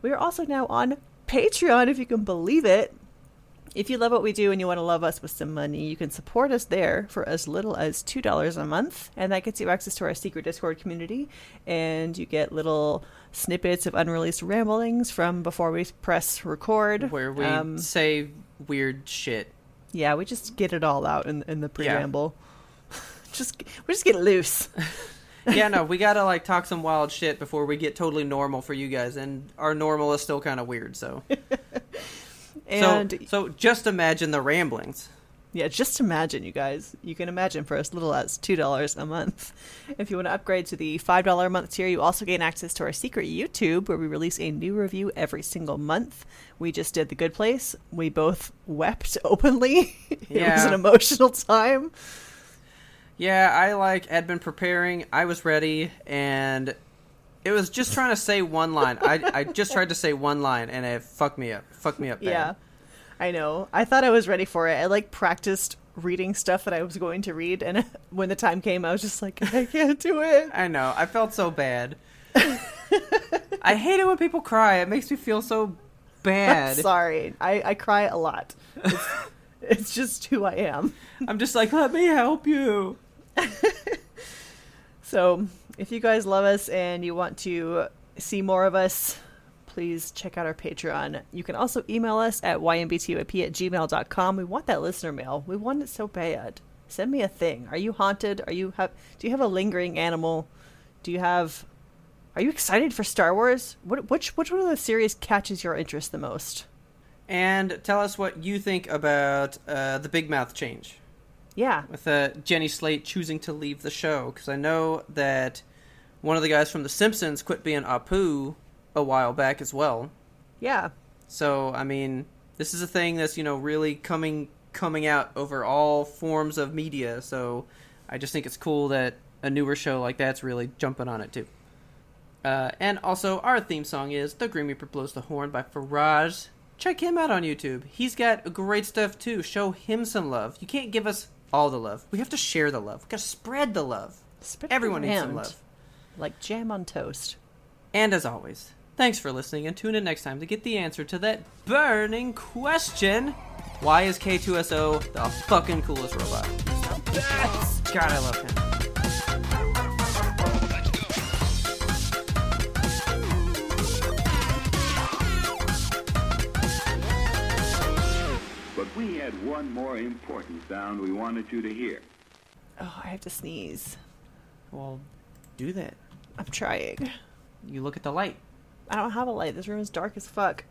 S2: We are also now on Patreon, if you can believe it. If you love what we do and you want to love us with some money, you can support us there for as little as $2 a month. And that gets you access to our secret Discord community. And you get little snippets of unreleased ramblings from before we press record.
S1: Where we
S2: Um,
S1: say weird shit.
S2: Yeah, we just get it all out in in the preamble. just we just get loose.
S1: yeah, no, we gotta like talk some wild shit before we get totally normal for you guys, and our normal is still kind of weird. So,
S2: And
S1: so, so just imagine the ramblings.
S2: yeah, just imagine you guys. You can imagine for as little as two dollars a month. If you want to upgrade to the five dollar a month tier, you also gain access to our secret YouTube where we release a new review every single month. We just did The Good Place. We both wept openly. it was
S1: Yeah.
S2: an emotional time.
S1: Yeah, I like had been preparing. I was ready, and it was just trying to say one line. I I just tried to say one line, and it fucked me up. Fucked me up. Bad.
S2: Yeah. I know. I thought I was ready for it. I like practiced reading stuff that I was going to read and when the time came I was just like I can't do it.
S1: I know. I felt so bad. I hate it when people cry. It makes me feel so
S2: I'm
S1: bad.
S2: sorry. I, I cry a lot. It's, it's just who I am.
S1: I'm just like, let me help you.
S2: So if you guys love us and you want to see more of us, please check out our Patreon. You can also email us at ymbtuap at gmail.com. We want that listener mail. We want it so bad. Send me a thing. Are you haunted? Are you have do you have a lingering animal? Do you have are you excited for Star Wars? What which which one of the series catches your interest the most?
S1: And tell us what you think about uh, the Big Mouth change
S2: Yeah.
S1: with uh, Jenny Slate choosing to leave the show. Because I know that one of the guys from The Simpsons quit being Apu a while back as well.
S2: Yeah.
S1: So I mean, this is a thing that's you know really coming coming out over all forms of media. So I just think it's cool that a newer show like that's really jumping on it too. Uh, and also, our theme song is "The Green Reaper Blows the Horn" by Faraj. Check him out on YouTube. He's got great stuff too. Show him some love. You can't give us all the love. We have to share the love. We gotta spread the love.
S2: Spread it
S1: Everyone needs some
S2: around.
S1: love.
S2: Like jam on toast.
S1: And as always, thanks for listening and tune in next time to get the answer to that burning question Why is K2SO the fucking coolest robot? God, I love him.
S3: But we had one more important sound we wanted you to hear.
S2: Oh, I have to sneeze.
S1: Well, do that.
S2: I'm trying.
S1: You look at the light.
S2: I don't have a light. This room is dark as fuck.